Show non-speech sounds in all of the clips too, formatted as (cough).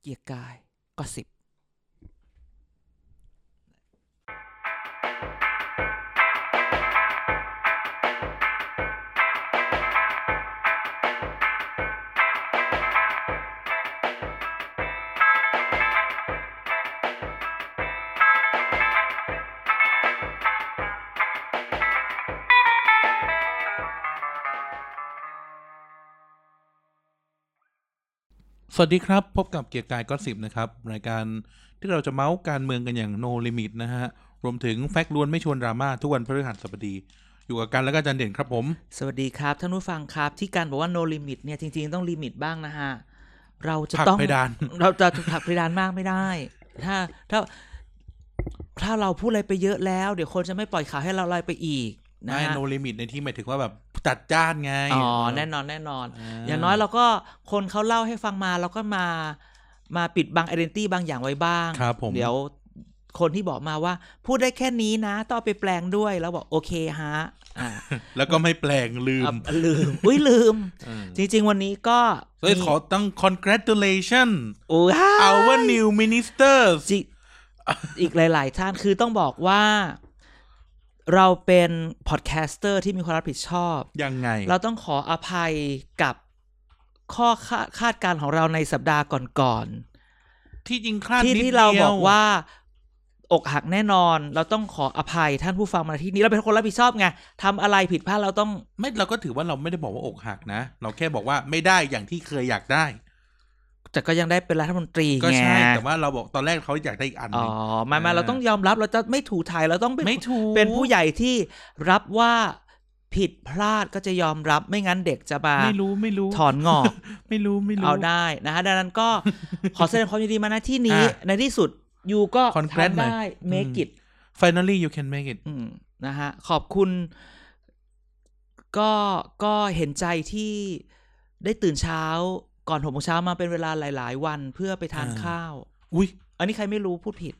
เกียร์กายก็สิบ สวัสดีครับ พบกับเกียร์กายก็สิบนะครับ รายการที่เราจะเมาส์การเมืองกันอย่าง no limit นะฮะ รวมถึงแฟกต์ล้วนไม่ชวนดราม่าทุกวันพฤหัสบดี อยู่กับกันแล้วก็อาจันเด่นครับผม สวัสดีครับท่านผู้ฟังครับที่การบอกว่า no limit เนี่ยจริง ๆ ต้องลิมิตบ้างนะฮะ เราจะ ผลัก ต้อง เพดาน เราจะถูกผลักเพดานมากไม่ได้ ถ้าถ้าถ้าเราพูดอะไรไปเยอะแล้ว เดี๋ยวคนจะไม่ปล่อยข่าวให้เราลอยไปอีกนะ ไม่ ฮะ no limit ในที่หมายถึงว่าแบบจัดจ้านไง อ๋อแน่นอนแน่นอน อ่ อย่างน้อยเราก็คนเขาเล่าให้ฟังมาเราก็มามาปิดบังไอดีนิตี้บางอย่างไว้บ้าง ครับผม เดี๋ยวคนที่บอกมาว่า พูดได้แค่นี้นะ ต้องเอาไปแปลงด้วยแล้วบอกโอเคฮะอ่า แล้วก็ไม่แปลงลืม อ่ะลืม (laughs) อุ้ยลืม เออ จริง ๆ วันนี้ก็ เอ้ย มี ขอตั้ง congratulation โอ้ย our new ministers จิอีกหลาย ๆ ท่านคือต้องบอกว่า เราเป็นพอดแคสเตอร์ที่มีความรับผิดชอบ ยังไง เราต้องขออภัยกับข้อคาคาดการณ์ของเราในสัปดาห์ก่อน ๆ ที่จริงคลาด ที่ นิด ที่เรา ดีย บอกว่าอกหักแน่นอน เราต้องขออภัยท่านผู้ฟังมาที่นี้เราเป็นคนรับผิดชอบไงทำอะไรผิดพลาดเราต้อง ไม่เราก็ถือว่าเราไม่ได้บอกว่าอกหักนะ เราแค่บอกว่าไม่ได้อย่างที่เคยอยากได้ แต่ก็ยังได้เป็นรัฐมนตรี ก็ ไง ใช่ แต่ว่าเราบอกตอนแรกเขาอยากได้อีกอันห อ๋ นึ อง ไม่ไม่ อ่า เราต้องยอมรับเราจะไม่ถูไทยเราต้องเป็น ไม่ถูก เป็นผู้ใหญ่ที่รับว่าผิดพลาดก็จะยอมรับไม่งั้นเด็กจะมา ไม่รู้ไม่รู้ ถอนงอก ไม่รู้ (laughs) ไม่รู้ เอาได้นะฮะดังนั้นก็ ขอแสดงความยินดีมาณที่นี้ อ่ะ ในที่สุดยูก็ Congrats ห ทำ น่อย ได้ make อืม it finally you can make it อืมนะฮะขอบคุณก็ก็เห็นใจที่ได้ตื่นเช้า ก่อนหกโมงเช้ามาเป็นเวลาหลาย ๆ วันเพื่อไปทาน อ่า ข้าว อุ้ย อันนี้ใครไม่รู้พูดผิด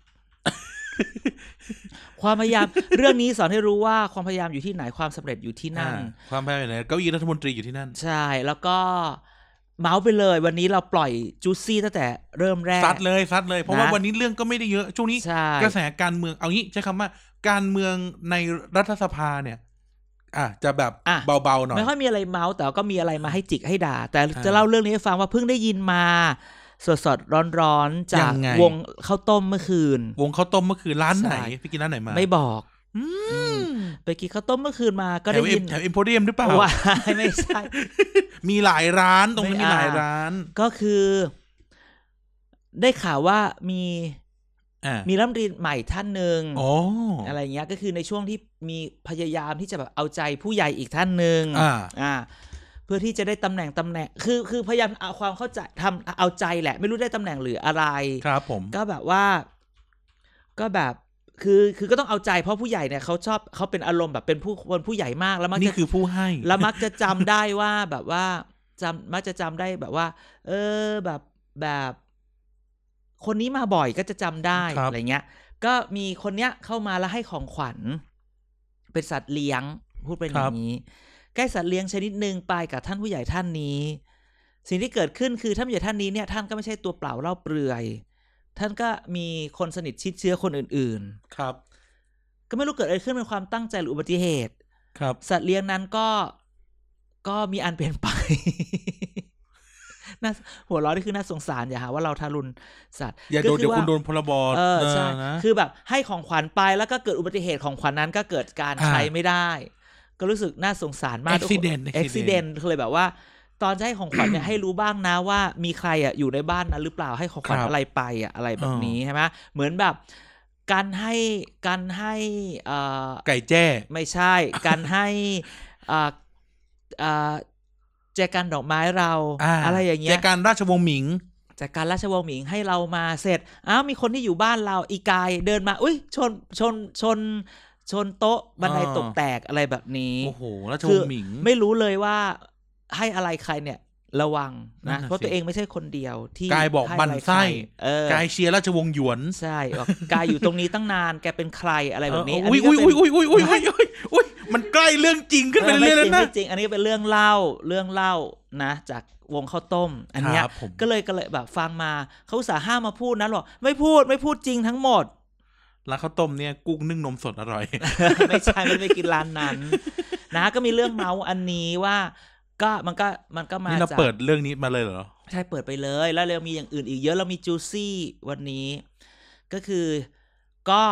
ความพยายาม เรื่องนี้สอนให้รู้ว่าความพยายามอยู่ที่ไหนความสำเร็จอยู่ที่นั่น อ่าความพยายามอยู่ไหนเก้าอี้รัฐมนตรีอยู่ที่นั่น ใช่ แล้วก็เมาส์ไปเลย วันนี้เราปล่อยจูซี่ตั้งแต่เริ่มแรก ซัดเลยซัดเลย เพราะว่า นะ วันนี้เรื่องก็ไม่ได้เยอะช่วงนี้ ใช่ กระแสการเมืองเอางี้ใช้คำว่า การเมืองในรัฐสภาเนี่ย อ่ะจะแบบ อ่ะ เบาๆหน่อย ไม่ค่อยมีอะไรเมาส์แต่ก็มีอะไรมาให้จิกให้ด่า แต่ อ่า จะเล่าเรื่องนี้ให้ฟังว่าเพิ่งได้ยินมาสดสดร้อนร้อนๆ จาก ยังไง วงข้าวต้มเมื่อคืน วงข้าวต้มเมื่อคืนร้านไหน ใช่ ไปกินร้านไหนมา ไม่บอก อืม ไปกินข้าวต้มเมื่อคืนมาก็ แถ ได้ วเอ็ ยิ ม น แถวเอ็มโพเดียมหรือเปล่า ว่า (laughs) ไม่ใช่ มีหลายร้านตรงนั้น ไม่ มีหลาย อ่า ร้าน ก็คือ ได้ข่าวว่ามี อ่ะ มีรัฐมนตรีใหม่ท่านหนึ่ง อ๋ออ อะไรเงี้ยก็คือในช่วงที่มีพยายามที่จะแบบเอาใจผู้ใหญ่อีกท่านหนึ่ง อ่า อ่า เพื่อที่จะได้ตำแหน่งตำแหน่ง คือคือพยายามเอาความเข้าใจทำเอาใจแหละ ไม่รู้ได้ตำแหน่งหรืออะไร ครับผม ก็แบบว่า ก็แบบคือคือก็ต้องเอาใจเพราะผู้ใหญ่เนี่ยเขาชอบเขาเป็นอารมณ์แบบเป็นผู้คนผู้ใหญ่มากแล้วมัก นี่ จะ คือผู้ให้ แล้วมักจะจำได้ว่าแบบว่าจำมักจะจำได้แบบว่า เออแบบแบบ คนนี้มาบ่อยก็จะจำได้อะไรเงี้ย ก็มีคนเนี้ยเข้ามาแล้วให้ของขวัญ เป็นสัตว์เลี้ยง พูดเป็นอย่างนี้ใกล้สัตว์เลี้ยงชนิดหนึ่งไปกับท่านผู้ใหญ่ท่านนี้ สิ่งที่เกิดขึ้นคือท่านผู้ใหญ่ท่านนี้เนี่ยท่านก็ไม่ใช่ตัวเปล่าเล่าเปลือย ท่านก็มีคนสนิทชิดเชื้อคนอื่น ครับ ๆ ก็ไม่รู้เกิดอะไรขึ้นเป็นความตั้งใจหรืออุบัติเหตุ ครับ สัตว์เลี้ยงนั้นก็ก็มีอันเป็น (laughs) ไป น่าหัวเร้อนี่คือน่าสงสารอย่าหาว่าเราทารุณสัตว์ อย่าโดก็นเดี๋ยว ว่า คุณโดนพลบอ เออใช่ นะ คือแบบให้ของขวัญไปแล้วก็เกิดอุบัติเหตุของขวัญนั้นก็เกิดการ อ่า ใช้ไม่ได้ ก็รู้สึกน่าสงสารมาก Accident เอ็กซิเดน accident เลยแบบว่า ตอนจะให้ของขวัญเนี่ย ให้รู้บ้างนะว่ามีใครอ่ะอยู่ในบ้านนั้นหรือเปล่าให้ของขวัญ ครับ อะไรไปอ่ะอะไรแบบ อ่านี้ นี้ใช่ไหมเหมือนแบบการให้การให้เอ่อ ไก่แจ้ ไม่ใช่ การให้เอ่อเอ่อแจกันดอกไม้เรา อ่า อะไรอย่างเงี้ย จากการราชวงศ์หมิง จากการราชวงศ์หมิงให้เรามาเสร็จ อ้าวมีคนที่อยู่บ้านเราอีกายเดินมา อุ้ยชนชนชน ชนโต๊ะบันได อ่า ตกแตกอะไรแบบนี้ โอ้โห ราชวงศ์หมิง ไม่รู้เลยว่าให้อะไรใครเนี่ย ระวัง นั่น นะ น่ะ เพราะตัวเองไม่ใช่คนเดียวที่ กายบอก ให้ บั่นไส้ อะไรใครเออก ายเชียร์ราชวงศ์หยวน ใช่บอกกายอยู่ตรงนี้ตั้งนานแกเป็นใครอะไรแบบนี้ เอุ้ย น อุ้ย นี้ก็ อุ้ย เป็น อุ้ยอุ้ยอุ้ยอุ้ยอุ้ยอุ้ย มันใกล้เรื่องจริงขึ้นไป เออ เรื่อยๆแล้ว ไม่จริง นะ ไม่จริง อันนี้เป็นเรื่องเล่าเรื่องเล่านะ จากวงข้าวต้ม อันเนี้ย ครับผม ก็เลยก็เลยแบบฟังมาเขาอุตส่าห์ห้ามมาพูดนะหรอกไม่พูดไม่พูดจริงทั้งหมด (laughs) ร้านข้าวต้มเนี่ยกุ้งนึ่งนมสดอร่อย ไม่ใช่ไม่ไปกินร้านนั้น (laughs) นะ ก็มีเรื่องเมาส์อันนี้ว่า ก็มันก็มันก็มา นี่เรา จาก เปิดเรื่องนี้มาเลยเหรอ ใช่เปิดไปเลย แล้วเรามีอย่างอื่นอีกเยอะเรามีจูซี่วันนี้ ก็คือก็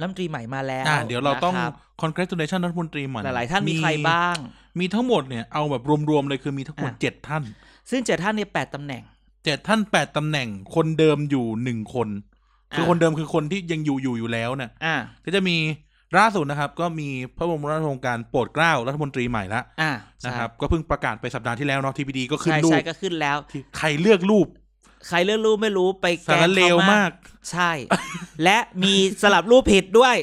รัฐมนตรีใหม่มาแล้ว อ่า เดี๋ยวเราต้อง นะคบ congratulation รัฐมนตรีใหม่ หลายๆท่านมีใครบ้าง มีทั้งหมดเนี่ยเอาแบบรวมๆเลยคือมีทั้งหมด อ่ะ เจ็ดท่าน ซึ่งเจ็ดท่านเนี่ยแปดตำแหน่ง เจ็ดท่านแปดตำแหน่งคนเดิมอยู่หนึ่งคน คือ อ่ะ คนเดิมคือคนที่ยังอยู่อยู่อยู่แล้วเนี่ย อ่า ก็จะมีล่าสุดนะครับ ก็มีพระบรมราชโองการโปรดเกล้ารัฐมนตรีใหม่ละ อ่า นะ นะครับ ก็เพิ่งประกาศไปสัปดาห์ที่แล้วเนาะทีพีดีก็ขึ้น ใช่ รู ใช่ ป ก็ขึ้นแล้ว ที่ใครเลือกรูป ใครเลือกรูปไม่รู้ไปแก สารง เลวมาก ใช่ และมีสลับรูปผิด (laughs) ด้วย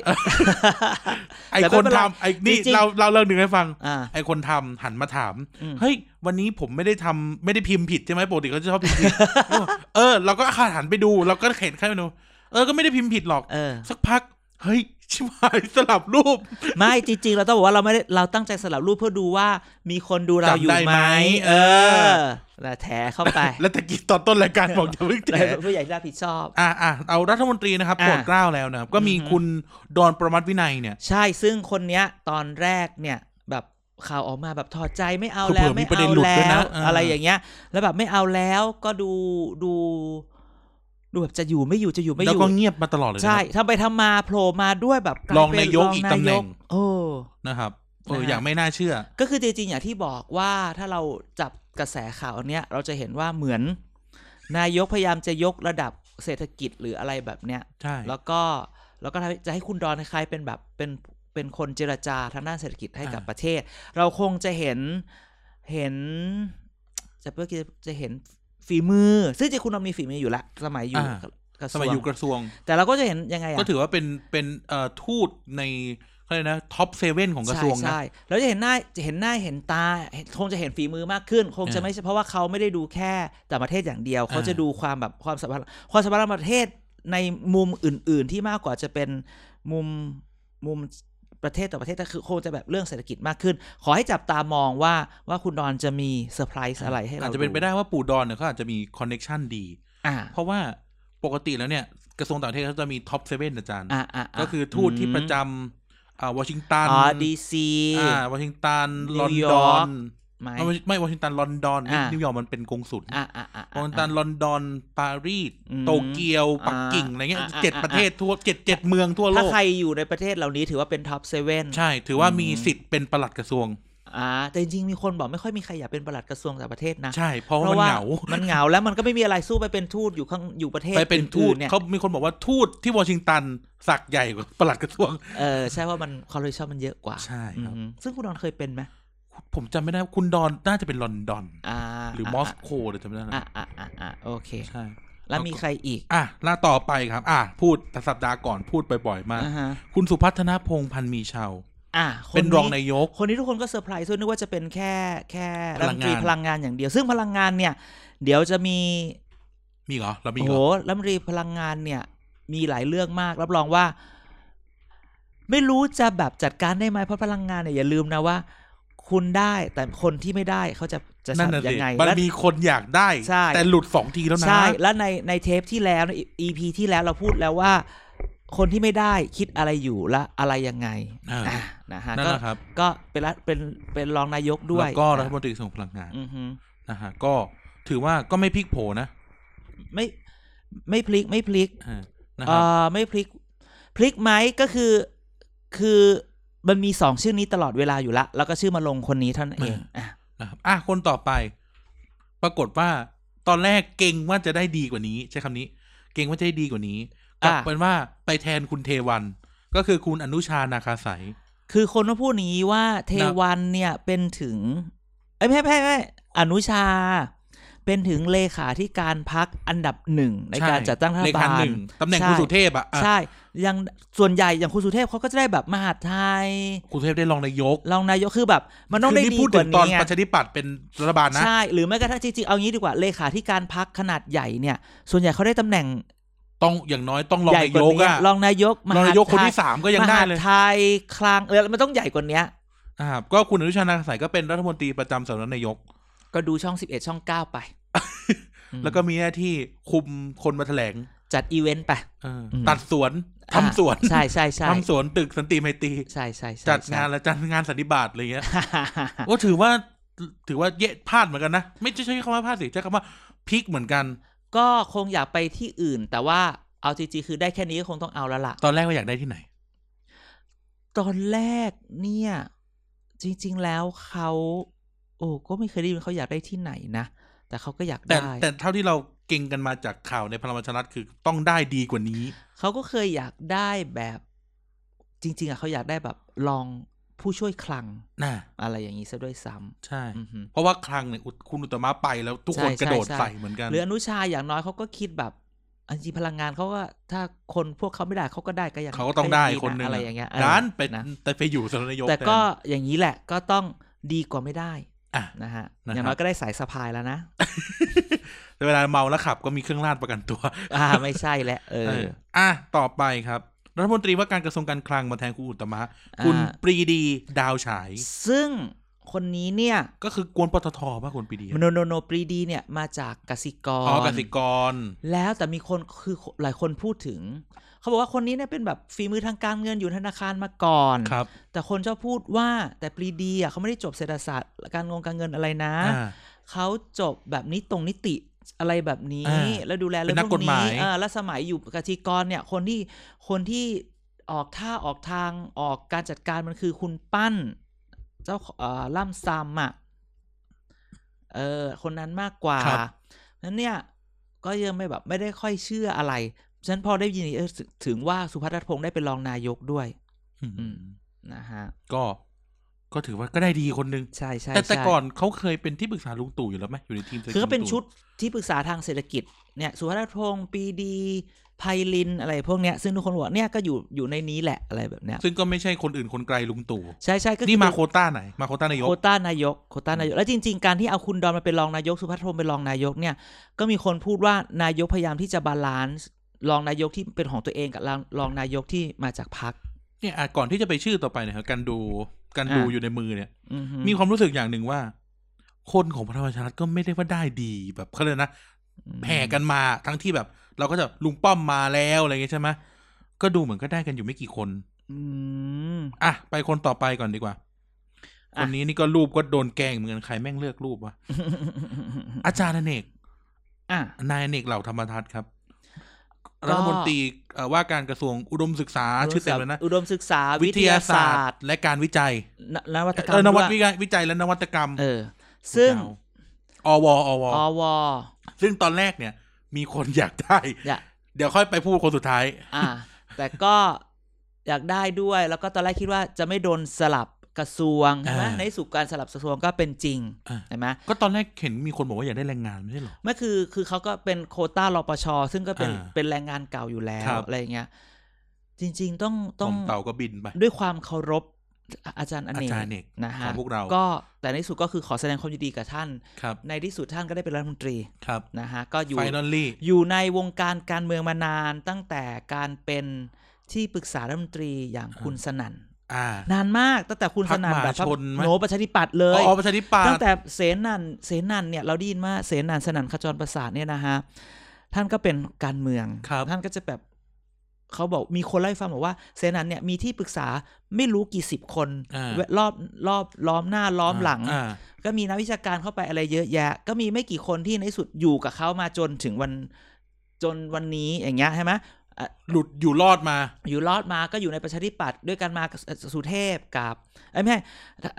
ไอ แต่ คน ไม่เป็นไร ทำไอนี่ จริงๆ เราเราเล่าเรื่องหนึ่งให้ฟัง อ่า ไอคนทำหันมาถาม อืม เฮ้ย วันนี้ผมไม่ได้ทำไม่ได้พิมพ์ผิดใช่ไหมปกติเขาจะชอบพิมพ์ผิด เออ เราก็อาคาหันไปดูเราก็เห็นแค่ไปดูเออก็ไม่ได้พิมพ์ผิดหรอก เออ สักพัก เฮ้ย ชิบหายสลับรูป ไม่จริง ๆ เราต้องบอกว่าเราไม่ได้เราตั้งใจสลับรูปเพื่อดูว่ามีคนดูเรา จำ อยู่ ได้ไห ไห ม ม เอ เอ อ อแล้วแถเข้า (laughs) ไป แล้วตะกี้ตอนต้นรายการบอกจะวิ่งแถ แล้วผู้ใหญ่ที่รับผิดชอบ อ่ะอ่ะเอารัฐมนตรีนะครับ อ่ะ โปรดเกล้าแล้วนะครับ ก็มี อือหือ คุณดอนประมัติวินัยเนี่ย ใช่ซึ่งคนเนี้ย ตอนแรกเนี่ยแบบข่าวออกมาแบบถอดใจไม่เอา เผ แล้ว อๆมี ไม่ ประเด็น เอา หลุดด้วย แล้ นะ ว อะไรอย่างเงี้ย แล้วแบบไม่เอาแล้วก็ดูดูดูแบบจะอยู่ไม่อยู่จะอยู่ไม่อ แล้ว ยู่ ก็เงียบมาตลอดเลยนะ ใช่ทำไปทำมาโผล่มาด้วยแบบ รองนายกอีกตำแหน่ง โอ้ นะครับเออ นะฮะ อย่างไม่น่าเชื่อ ก็คือจริงๆอย่างที่บอกว่าถ้าเราจับกระแสข่าวอันเนี้ย เราจะเห็นว่าเหมือน นายกพยายามจะยกระดับเศรษฐกิจหรืออะไรแบบเนี้ย ใช่ แล้วก็แล้วก็จะให้คุณดอนคล้ายๆเป็นแบบเป็นเป็นคนเจรจาทางด้านเศรษฐกิจให้กับ อ่า ประเทศ เราคงจะเห็นเห็น จะเพื่อกี้จะเห็นฝีมือ ซึ่งจริงๆคุณดอนมีฝีมืออยู่ละสมัยอยู่กระท ส รว มัย ง อยู่กระทรวง แต่เราก็จะเห็นยังไงอะ ก็ถือว่าเป็นเป็นเอ่อทูตในเขาเรียกนะท็อปเซเว่นของกระทรวงนะ ใช่ใช่แล้วจะเห็นหน้าจะเห็นหน้าเห็นตาเห็นคงจะเห็นฝีมือมากขึ้น คง อ่า จะไม่ใช่เพราะว่าเขาไม่ได้ดูแค่แต่ประเทศอย่างเดียว เขา อ่า จะดูความแบบความสัมพันธ์ความสัมพันธ์ระหว่างประเทศในมุมอื่น ๆ ที่มากกว่าจะเป็นมุมมุมประเทศต่อประเทศก็คือคงจะแบบเรื่องเศรษฐกิจมากขึ้น ขอให้จับตามองว่าว่าคุณดอนจะมีเซอร์ไพรส์อะไรให้เรา อาจจะเป็นไปได้ว่าปู่ดอนเนี่ยเขาอาจจะมีคอนเน็ชันดี อ่า เพราะว่าปกติแล้วเนี่ย กระทรวงต่างประเทศเขาจะมีท็อปเซเว่นอาจารย์ อ่าอ่าา ก็คือทูตที่ประจำอ่าวอชิงตัน อ๋อดีซี อ่าวอชิงตัน นิ ลอน วย ด อ อ ร์ก น ไหม ไม่ไม่วอชิงตัน ลอนดอน อ่านิ นิวยอร์กมันเป็นกงสุล อ่าอ่าอ่า วอชิงตัน ลอนดอน ปารีส อืม โตเกียว ปักกิ่ง อ่า อะไรเงี้ย อ่าอ่า เจ็ด อ่า ประเทศทั่วเจ็ดเจ็ดเมืองทั่วโล ถ้าก ใครอยู่ในประเทศเหล่านี้ถือว่าเป็นท็อปเซเว่น ใช่ ถือว่ามี อืม สิทธิ์เป็นปลัดกระทรวง อ่าแต่จริงๆมีคนบอกไม่ค่อยมีใครอยากเป็นปลัดกระทรวงต่างประเทศนะ ใช่ เพราะว่ามันเหงา มันเหงาแล้วมันก็ไม่มีอะไรสู้ไปเป็นทูตอยู่ข้างอยู่ประเทศ ไปเป็นทูต อื่ๆเนี่ย เขามีคนบอกว่าทูตที่วอชิงตันสักใหญ่กว่าปลัดกระทรวง เออใช่ว่ามันคอร์รัปชันมันเยอะกว่า ใช่ครับ อืมซึ่งคุณดอนเคยเป็นไหม ผมจำไม่ได้ว่าคุณดอนน่าจะเป็นลอนดอน อ่า หรือมอสโกเลยจำไม่ได้นะ อ่าอ่าอ่าอ่าโอเค ใช่ แล้วมีใครอีก อ่ะล่าต่อไปครับ อ่ะพูดแต่สัปดาห์ก่อนพูดบ่อยๆมาก อ่าฮะ คุณสุพัฒนพงษ์พันธ์มีชาว อ่าค เป็นรอง น นายก คนนี้ทุกคนก็เซอร์ไพรส์ด้วยนึกว่าจะเป็นแค่แค่ พลังรัฐมงานนตรีพลังงานอย่างเดียว ซึ่งพลังงานเนี่ย เดี๋ยวจะมี มีเหรอเรามี โอ้ เหร โห อ รัฐมนตรีพลังงานเนี่ย มีหลายเรื่องมาก รับรองว่า ไม่รู้จะแบบจัดการได้ไหมเพราะพลังงานเนี่ยอย่าลืมนะว่า คุณได้แต่คนที่ไม่ได้เขาจะจะ นั่นน่ะ ทำยั สิ งไง มัน และ มีคนอยากได้ ใช่ แต่หลุดสองทีแล้วนะ ใช่ แล้วในในเทปที่แล้วใน EP ที่แล้วเราพูดแล้วว่า คนที่ไม่ได้คิดอะไรอยู่และอะไรยังไง เออ อ่ะนะฮะ นั่น ก็ แหละครับ ก็เป็นรัฐเป็นเป็นรองนายกด้วย แล้วก็รัฐม นะ นตรีกระทรวงพลังงาน อือฮึ นะฮะก็ถือว่าก็ไม่พลิกโผนะ ไม่ไม่พลิกไม่พลิก อ่านะค เอ รับ อไม่พลิกพลิกไหมก็คือคือมันมีสองชื่อนี้ตลอดเวลาอยู่ละ แล้วก็ชื่อมาลงคนนี้เท่านั้นเองอ่ะ นะครับอ่ะคนต่อไป ปรากฏว่าตอนแรกเก่งว่าจะได้ดีกว่านี้ ใช้คำนี้ เก่งว่าจะได้ดีกว่านี้กลับเป็นว่าไปแทนคุณเทวัน ก็คือคุณอนุชานาคาใสย คือคนมาพูดอย่างนี้ว่าเทวันเนี่ยเป็นถึงเอ้ยไม่ไม่ไม่ไม่อนุชา เป็นถึงเลขาธิการพักอันดับหนึ่งในการจัดตั้งรัฐ เลข บาล หนึ่งตำแหน่งคุณ ใช่ สุเทพอ่ะอ่ะ ใช่ยังส่วนใหญ่อย่างคุณสุเทพเขาก็จะได้แบบมหาดไทย คุณสุเทพได้รองนายก รองนายกคือแบบ มันต้องได้ คื ดี พูด ก ถึ ว่าง ตอน นี้ไง ประชาธิปัตย์เป็นรัฐบาลนะ ใช่ หรือแม้กระทั่งจริงๆ เอางี้ดีกว่า เลขาธิการพักขนาดใหญ่เนี่ย ส่วนใหญ่เขาได้ตำแหน่ง ต้องอย่างน้อยต้องรอง ใหญ่ว่ายนากก นี้ อะ รองนายกม รอหานงายกคน ไทย ที่สามก็ยัง ม ได้ หา เลย ไทยคลังเออมันต้องใหญ่กว่านี้ นะครับก็คุณอนุชานาสายก็เป็นรัฐมนตรีประจำสำนักนายก ก็ดูช่องสิบเอ็ดช่องเก้าไปอืม (laughs) แล้วก็มีหน้าที่คุมคนมาแถลง จัดอีเวนต์ไป เอออ ม ตัดสวนทำสวน อ่าใช่ใช่ใช่ ทำสวนตึกสันติไมตรี ใช่ใช่ใช่ จัดงาน ใช่ และจัดงานสันนิบาตอะไรเงี้ย ก็ถือว่าถือว่าเยะพลาดเหมือนกันนะ ไม่ใช่คำว่าพลาดสิใช้คำว่าพลิกเหมือนกัน (laughs) ก็คงอยากไปที่อื่น แต่ว่าเอาจริงๆคือได้แค่นี้ก็คงต้องเอาแล้วล่ะ ตอนแรกว่าอยากได้ที่ไหน ตอนแรกเนี่ย จริง ๆแล้วเขาโอ้ก็ไม่เคยได้ยินเขาอยากได้ที่ไหนนะ แต่เขาก็อยาก แต่ ได้ แต่เท่าที่เราเก่งกันมาจากข่าวในพลังประชารัฐคือต้องได้ดีกว่านี้ เขาก็เคยอยากได้แบบ จริง ๆอะเขาอยากได้แบบรองผู้ช่วยคลัง น่ะ อะไรอย่างนี้ซะด้วยซ้ ใช่ ำอือหือ เพราะว่าครั้งเนี่ยอุคุณอุตตมะไปแล้วทุกคน ใช่ กระโดด ใช่ใช่ ใส่เหมือนกัน หรืออนุชาอย่างน้อยเขาก็คิดแบบอันจริงพลังงานเขาก็ถ้าคนพวกเขาไม่ได้เขาก็ได้ก็อย่าง เขาก็ต้องได้ ก็ยั คนหนึ ะ ง อะไรอย่างเงี้ยเออ ด้านไป นะ แต่ไปอยู่สำนักนายก แต่ก็ น อย่างนี้แหละก็ต้องดีกว่าไม่ได้ อ่ะ นะฮะ นะครับ อย่างน้อยก็ได้สายสะพายแล้วนะ (laughs) แต่เวลาเมาแล้วขับก็มีเครื่องราดประกันตัว อ่าไม่ใช่แหละเอ เอ อ ออ่ะต่อไปครับ รัฐมนตรีว่าการกระทรวงการคลังมาแทนคุณอุตตมะคุณ อ่า ปรีดีดาวฉาย ซึ่งคนนี้เนี่ย ก็คือกวนปตทป่ะคุณปรีดี มโนโนโนปรีดีเนี่ยมาจากกสิกร อ๋อกสิกร แล้วแต่มีคนคือหลายคนพูดถึง เขาบอกว่าคนนี้เนี่ยเป็นแบบฝีมือทางการเงินอยู่ธนาคารมาก่อน ครับ แต่คนชอบพูดว่าแต่ปรีดีอ่ะเขาไม่ได้จบเศรษฐศาสตร์การงงการเงินอะไรนะ อ่า เขาจบแบบนิตรงนิติอะไรแบบนี้ อ่า แล้วดูแล เป็ เรื่อน ง นัก พวก กฎหมา นี้ ย เออแล้วสมัยอยู่กติกรเนี่ย คนที่คนที่ออกท่าออกทางออกการจัดการมันคือคุณปั้น เจ้าเอ่อล่ำซัมอ่ะเออคนนั้นมากกว่า ครับ นั้นเนี่ย ก็ยังไม่แบบไม่ได้ค่อยเชื่ออะไรฉะนันพอได้ยินอย่างนี้เออถึงถึงว่าสุพัฒน์พงษ์ได้เป็นรองนายกด้วย อืม อืม นะฮะ ก็ก็ถือว่าก็ได้ดีคนหนึง ใช่ใช่ แต่แต่ ใช่ ก่อนเขาเคยเป็นที่ปรึกษาลุงตู่อยู่แล้วไหมอยู่ในทีมศรษฐกิจ คือก็เป็น ลุงตู่ ชุดที่ปรึกษาทางเศรษฐกิจเนี่ยสุรัตน์พงศ์ปรีดีไพลินอะไรพวกเนี้ยซึ่งทุกคนบอกว่าเนี่ยก็อยู่อยู่ในนี้แหละอะไรแบบเนี้ย ซึ่งก็ไม่ใช่คนอื่นคนไกลลุงตู่ ใช่ใช่ก็คือ นี่มาโควต้าไหน มาโควต้านายก โควต้านายกโควต้านายก แล้วจริง ๆ การที่เอาคุณดอนมาเป็นรองนายกสุพัฒน์พงศ์เป็นรองนายกเนี่ยก็มีคนพูดว่านายกพยายามที่จะบาลานซ์รองนายกที่เป็นของตัวเองกับรองรองนายกที่มาจากพรรค เนี่ยอ่ะก่อนที่จะไปชื่อต่อไปเนี่ยครับการดูการดู อ่ะ อยู่ในมือเนี่ย อือฮึ มีความรู้สึกอย่างหนึ่งว่า คนของพลังประชารัฐก็ไม่ได้ว่าได้ดีแบบเขาเลยกนะแห่กันมาทั้งที่แบบ เราก็จะลุงป้อมมาแล้วอะไรอย่างเงี้ยใช่ไหมก็ดูเหมือนก็ได้กันอยู่ไม่กี่คน อืม อ่ะไปคนต่อไปก่อนดีกว่า อ่ะ คนนี้นี่ก็รูปก็โดนแกล้งเหมือนกันใครแม่งเลือกรูป (laughs) วะอาจารย์อเนก อ่ะ นายอเนกเหล่าธรรมทัศน์ครับ ก็ รัฐมนตรีเอ่อว่าการกระทรวงอุดมศึกษาชื่อเต็มเลยนะ อุดมศึกษา วิทยาศาสตร์ และการวิจัย นนวัตกรร เอ ม อนวัต ด้ วิ ย จัยวิจัยและนวัตกรรม เออ ซึ่ง อวอว อว ซึ่งตอนแรกเนี่ย มีคนอยากได้ อยาก เดี๋ยวค่อยไปพูดคนสุดท้าย อ่า แต่ก็อยากได้ด้วย แล้วก็ตอนแรกคิดว่าจะไม่โดนสลับกระทรวงใช่ไหม อ่า ในที่สุดการสลับกระทรวงก็เป็นจริง อ่า ใช่ไหม ก็ตอนแรกเห็นมีคนบอกว่าอยากได้แรงงานไม่ใช่เหรอ เมื่อคือคือเขาก็เป็นโควต้ารปชซึ่งก็เป็น อ่า เป็นแรงงานเก่าอยู่แล้ คว รับ อะไรอย่างเงี้ย จริง ๆ ต้อง ต้ ต้ อ อง ง เต่าก็บินไป ด้วยความเคารพอาจารย์อเน อาจารย์อเนกกนะ ข ฮะ องพวกเรา ก็แต่ในที่สุดก็คือขอแสดงความยินดีกับท่าน ครับ ในที่สุดท่านก็ได้เป็นรัฐมนตรี ครับ นะฮะก็อยู่ ไฟนอลลี่ อยู่ในวงการการเมืองมานานตั้งแต่การเป็นที่ปรึกษารัฐมนตรีอย่างคุณสนั่น อ่า นานมากตั้งแต่คุณสพรรค นั่นแบบ มหาชนไหม โหนประชาธิปัตย์เล อ๋ ย อประชาธิปัต ตั้ง ย์ แต่เสนันเสนันเนี่ยเราได้ยินว่าเสนันสนั่นขจรประสาทเนี่ยนะฮะท่านก็เป็นการเมือง ครับ ท่านก็จะแบบเขาบอกมีคนเล่าให้ฟังบอกว่าเสนันเนี่ยมีที่ปรึกษาไม่รู้กี่สิบคน อ่า แวะรอบรอบล้อมหน้าล้อมหลัง อ่า ก็มีนักวิชาการเข้าไปอะไรเยอะแยะ ก็มีไม่กี่คนที่ในที่สุดอยู่กับเขามาจนถึงวันจนวันนี้อย่างเงี้ยใช่ไหมอ่ะ หลุดอยู่รอดมา อยู่รอดมาก็อยู่ในประชาธิปัตย์ด้วยกันมากับเอ่อสุเทพกับไอ้ยไม่ใช่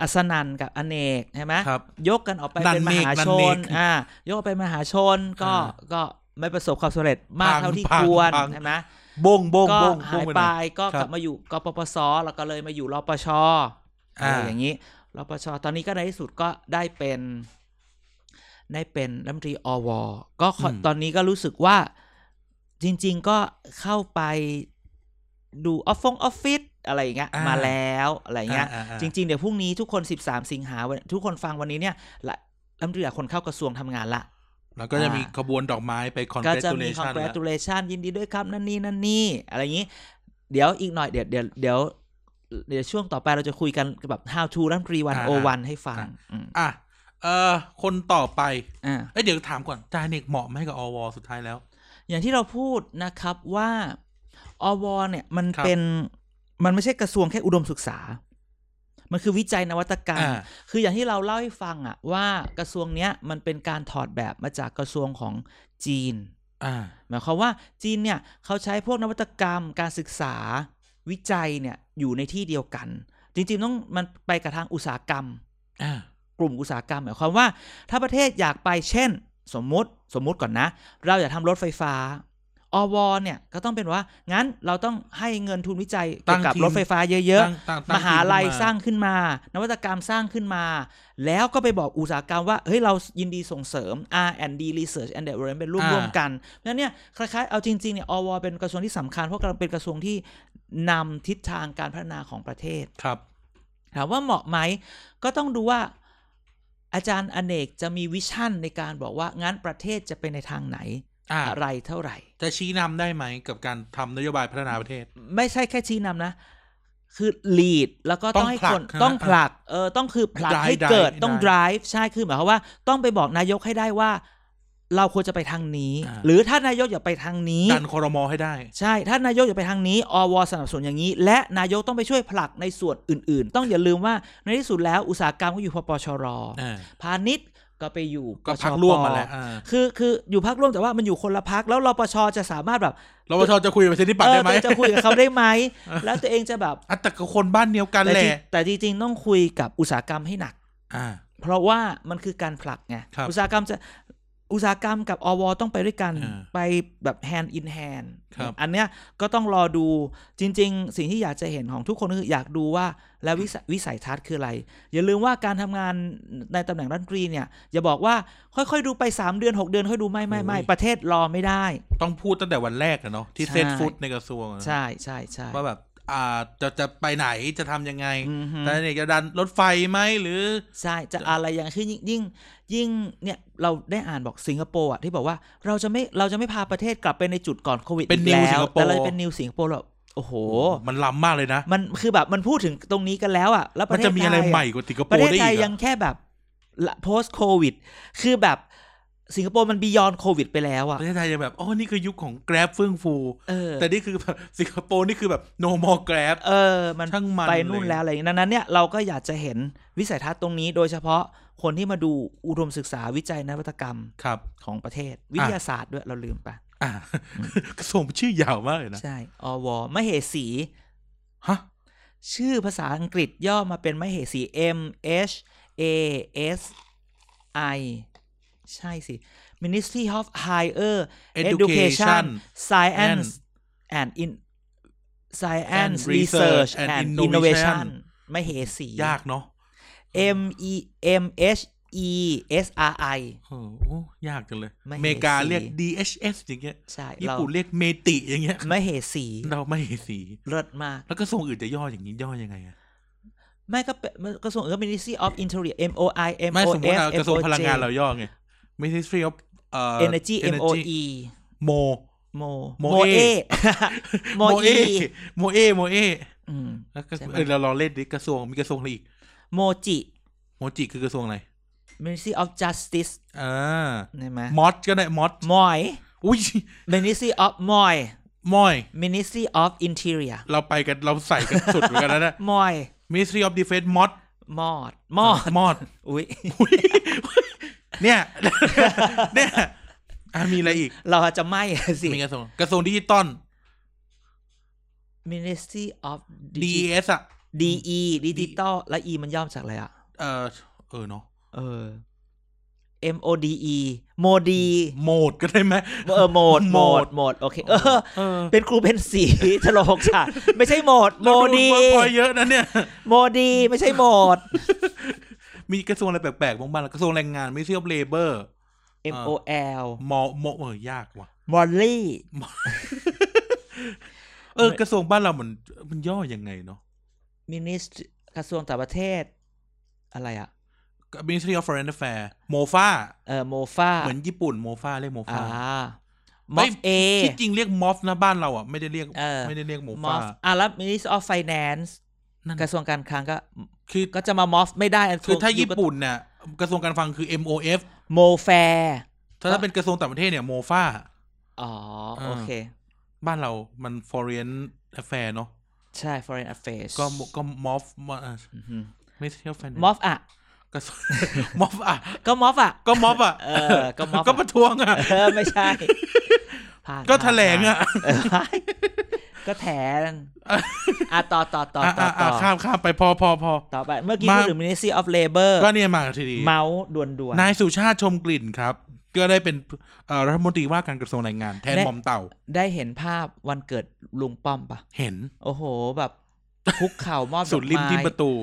อัสนันกับอเนกใช่ไหม ครับ ยกกันออกไป นัน เป็นมหา เนกนัน ช เน น ก อ่ายกออกไปมหาชนก็ อ่า ก็ไม่ประสบความสำเร็จมาก พัง เท่าที่ พัง ควร พัง ใช่ไหม บงบง ก็ บงบ หาง ย ไปห ไป น่อย ก็ ครับ กลับมาอยู่กปปสแล้วก็เลยมาอยู่รปช อ่า อะไรอย่างนี้รปชตอนนี้ก็ในที่สุดก็ได้เป็น ได้เป็นรัฐมนตรีอว ก็ขอ อืม ตอนนี้ก็รู้สึกว่าจริง ๆ ก็เข้าไปดูออฟฟงออฟฟิศอะไรอย่างเงี้ย อ่าม มาแล้วอะไรอย่างเงี้ย อ่าอ่าอ่า จริง ๆ เดี๋ยวพรุ่งนี้ทุกคน 13 สิงหาวันทุกคนฟังวันนี้เนี่ยละรัฐมนตรีหลายคนเข้ากระทรวงทำงานละ แล้วก็จะมีขบวนดอกไม้ไปคอน ก็ เกร จะ ตูเล มี ชันแล้ว congratulation ยินดีด้วยครับนั่นนี่นั่นนี่อะไรอย่างนี้ เดี๋ยวอีกหน่อยเดี๋ยวเดี๋ยวเดี๋ยวเดี๋ยวช่วงต่อไปเราจะคุยกันแบบ how to รัฐมนตรีวันโอวันให้ฟังอืม อ่ะเอ่อคนต่อไป อ่า เอ้ยเดี๋ยวถามก่อนจาเนกเหมาะไหมกับอวสุดท้ายแล้ว อย่างที่เราพูดนะครับว่าอวเนี่ยมัน ครับ เป็นมันไม่ใช่กระทรวงแค่อุดมศึกษา มันคือวิจัยนวัตกรรม อ่า คืออย่างที่เราเล่าให้ฟังอะว่ากระทรวงเนี้ยมันเป็นการถอดแบบมาจากกระทรวงของจีน อ่า หมายความว่าจีนเนี่ยเขาใช้พวกนวัตกรรมการศึกษาวิจัยเนี่ยอยู่ในที่เดียวกัน จริงๆต้องมันไปกับทางอุตสาหกรรม อ่า กลุ่มอุตสาหกรรมหมายความว่าถ้าประเทศอยากไปเช่น สมมุติสมมุติก่อนนะ เราอยากทำรถไฟฟ้าอวเนี่ยก็ต้องเป็นว่า งั้นเราต้องให้เงินทุนวิจัยเกี่ยวกับ ตั้งทีม รถไฟฟ้าเยอะ ตั้งตั้ง ๆ ตั้ ม ง หาลัย ทีมขึ้น สร้างขึ้นมา นวัตกรรมสร้างขึ้นมา แล้วก็ไปบอกอุตสาหกรรมว่า เฮ้ย เรายินดีส่งเสริม R&D Research and Development เป็นร่วมร่วมๆกันเพราะฉะนั้นเนี่ยคล้ายๆเอาจริงๆเนี่ยอวเป็นกระทรวงที่สำคัญเพราะกำลังเป็นกระทรวงที่นำทิศทางการพัฒนาของประเทศ ครับ ถามว่าเหมาะไหมก็ต้องดูว่าอาจารย์อเนกจะมีวิชั่นในการบอกว่างั้นประเทศจะไปในทางไหน อ่า อะไรเท่าไหร่ จะชี้นำได้ไหมกับการทำนโยบายพัฒนาประเทศ ไม่ใช่แค่ชี้นำนะ คือ lead แล้วก็ ต้ ต้อ อง ง ให้ ผลั ค ก น นะ ต้องผลักเออต้องคือผลัก Drive ให้เกิด Drive ต้อง Drive drive ใช่คือหมายความว่าต้องไปบอกนายกให้ได้ว่า เราควรจะไปทางนี้ อ่า หรือถ้านายกอย่าไปทางนี้ ดันคอรมอให้ได้ ใช่ ถ้านายกอย่าไปทางนี้ อว สนับสนุนอย่างนี้ และนายกต้องไปช่วยผลักในส่วนอื่น ๆ ต้องอย่าลืมว่าในที่สุดแล้วอุตสาหกรรมก็อยู่พปชร อ่า พาณิชย์ก็ไปอยู่ ก็ ปช พักร่วมมาแล้วอ่า คือคืออยู่พักร่วมแต่ว่ามันอยู่คนละพักแล้วรปชจะสามารถแบบ รปชจะคุยกับประชาธิปัตย์ เอ ได้ อ ไหม ตัวเองจะคุยกับเขาได้ไหม แล้วตัวเองจะแบบ อ่ะแต่ก็คนบ้านเดียวกัน แต่ แห จริง ละ แต่จริงๆต้องคุยกับอุตสาหกรรมให้หนัก อ่า เพราะว่ามันคือการผลักไง ครับ อุตสาหกรรมจะอุตสาหกรรมกับอวต้องไปด้วยกัน อ่า ไปแบบ hand in hand ครับ อันเนี้ยก็ต้องรอดูจริง ๆ สิ่งที่อยากจะเห็นของทุกคนก็คืออยากดูว่าแล้ววิสวิสัยทัศน์คืออะไร อย่าลืมว่าการทำงานในตำแหน่งรัฐมนตรีเนี่ย อย่าบอกว่าค่อยๆดูไป 3 เดือน 6 เดือนค่อยดูไม่ไม่ไม่ประเทศรอไม่ได้ ต้องพูดตั้งแต่วันแรกอะเนาะที่ ใช่ เซตฟุตในกระทรวงอะ ใช่ใช่ใช่ ว่าแบบ อ่าจะจะไปไหนจะทำยังไง อือฮึ แต่เนี่ยจะดันรถไฟไหมหรือ ใช่จะอะไรอย่างคือยิ่งยิ่งยิ่งเนี่ยเราได้อ่านบอกสิงคโปร์อะที่บอกว่าเราจะไม่เราจะไม่พาประเทศกลับไปในจุดก่อนโควิด เป็น new อีกแล้ว สิงคโปร์ แต่เราจะเป็นนิวสิงคโปร์แบบโอ้โห มันล้ำมากเลยนะ มันคือแบบมันพูดถึงตรงนี้กันแล้วอะแล้วป มั ระ น เทศ จะมีอะไร ทย ใหม่กว่าสิงคโป ประ ร์ เทศ ได้ ไท อี ย กเหร ยั อง แค่แบบละ post covid คือแบบสิงคโปร์มัน beyond covid ไปแล้ว ป อะ ระเทศไทยยังแบบอ๋อนี่คือยุคของแกร็บเฟื่องฟู เออ แต่นี่คือแบบ (laughs) สิงคโปร์นี่คือแบบ no more grab เออ มัน ช่างมัน ไปนู่นแล้วอะไรอย่างนี้ดังนั้นเนี่ยเราก็อยากจะเห็นวิสัยทัศน์ตรงนี้โดยเฉพาะคนที่มาดูอุดมศึกษาวิจัยนวัตกรรม ครับ ของประเทศ วิทยาศาสตร์ด้วยเราลืมไป อ่ะ (laughs) กระทรวงชื่อยาวมากเลยนะ ใช่อวมเหสี ฮะ ชื่อภาษาอังกฤษย่อมาเป็นมเหสี M H A S I ใช่สิ Ministry of Higher Education Science and In Science Research and and Innovation Innovation มเหสี ยากเนาะ M E M H E S R I โอ้โหยากจังเลย ไม่ อเมริกา เห็นสี เรียก DHS อย่างเงี้ย ใช่ ญี่ เรา ปุ่นเรียกเมติอย่างเงี้ย มเหสี เราไม่เห็นสี เลิศมาก แล้วกระทรวงอื่นจะย่ออย่างนี้ย่อยังไงอะ ไม่ก็เป็นกระทรวงเออ Ministry of Interior M O I M ไม่ O สมมติ S เอา M กระทรวง O พลัง J งานเราย่อไง Ministry of เอ่อ Energy M O E โม โม โม เอ เอ โม (laughs) เอ โมเอโมเอ อืม แล้วก็ ใช่ไหม เออเราลองเล่นดิกระทรวงมีกระทรวงอะไรอีก โมจิ โมจิคือกระทรวงอะไร Ministry of Justice อ่า ใช่ไหม มอสก็ได้มอส มอย อุ้ย Ministry of มอย มอย Ministry of Interior เราไปกันเราใส่กันสุดเหมือนกันแล้วนะ (laughs) มอย Ministry of Defense มอส มอด มอ (laughs) ด มอส อุ๊ย เนี่ย (laughs) เนี่ยอ่ะมีอะไรอีก เราจะไม่สิ มีกระทรวงกระทรวงดิจิตอล Ministry of Digi- DES อ่ะ DE Digital และ E มันย่อมาจากอะไรอ่ะ เออเออเนาะ เออ M O D E โมดี โหมดก็ได้ไหม เออโหมดโหมดโหมด โอเค เออ เออ เป็นครูเป็นสี (laughs) ฉลองฉาติไม่ใช่โหมด โม เรา ดี เวิร์กพอยต์เยอะนะเนี่ย (laughs) โมดีไม่ใช่โหมด (laughs) มีกระทรวงอะไรแปลกๆบ้างบ้างล่ะกระทรวงแรงงาน Ministry of Labor M O L มอมอเออยากว่ะ มอลลี่ เออกระทรวงบ้านเรามันมันย่อยังไงเนาะ มินิสกระทรวงต่างประเทศ อะไรอะ Ministry of Foreign Affairs โมฟา เออโมฟา เหมือนญี่ปุ่นโมฟาเรียกโมฟา อ่า ไม่ มอฟเอ ที่จริงเรียกมอฟนะบ้านเราอ่ะ ไม่ได้เรียก เออ ไม่ได้เรียกโม มอ ฟา ฟอ่ะแล้ว Ministry of Finance นั่น กระทรวงการคลังก็ คือ ก็จะมามอฟไม่ได้น คือถ้าญี่ปุ่นเนี่ยกระทรวงการฟังคือ MOF โมแฟร์ ถ้าถ้าเป็นกระทรวงต่างประเทศเนี่ยโมฟา อ๋อ อ่า โอเค บ้านเรามัน Foreign Affairs เนาะ ใช่ foreign affairs ก็ก็มอฟไม่ใช่แฟน มอฟอ่ะ ก (laughs) ระทรวงมอฟอ่ะ ก็มอฟอ่ะ ก็มอบอ่ะ เออก็ม็อบอะ ก็ประท้วงอ่ะ เออ ไม่ใช่ผ่าน (laughs) ก็ ผ่าน แถลงอ่ะ เออก็แถนอ่ะต่อต่อต่อต่อ อ่ะ ต่ อ่ะ อ ข้ามข้ามไปพอพอพอ ต่อไป เมื่อกี้ มา พูดถึง ministry of labor ก็เนี่ยมาทีดี เมาส์ด่วนด่วนๆ นายสุชาติชมกลิ่นครับ ก็ได้เป็นเอ่อรัฐมนตรีว่าการกระทรวงแรงงาน แทนหมอมเต่า ได้เห็นภาพวันเกิดลุงป้อมปะ เห็น โอ้โห แบบคุกเข่ามอบ สุดริม ไ ที่ประตู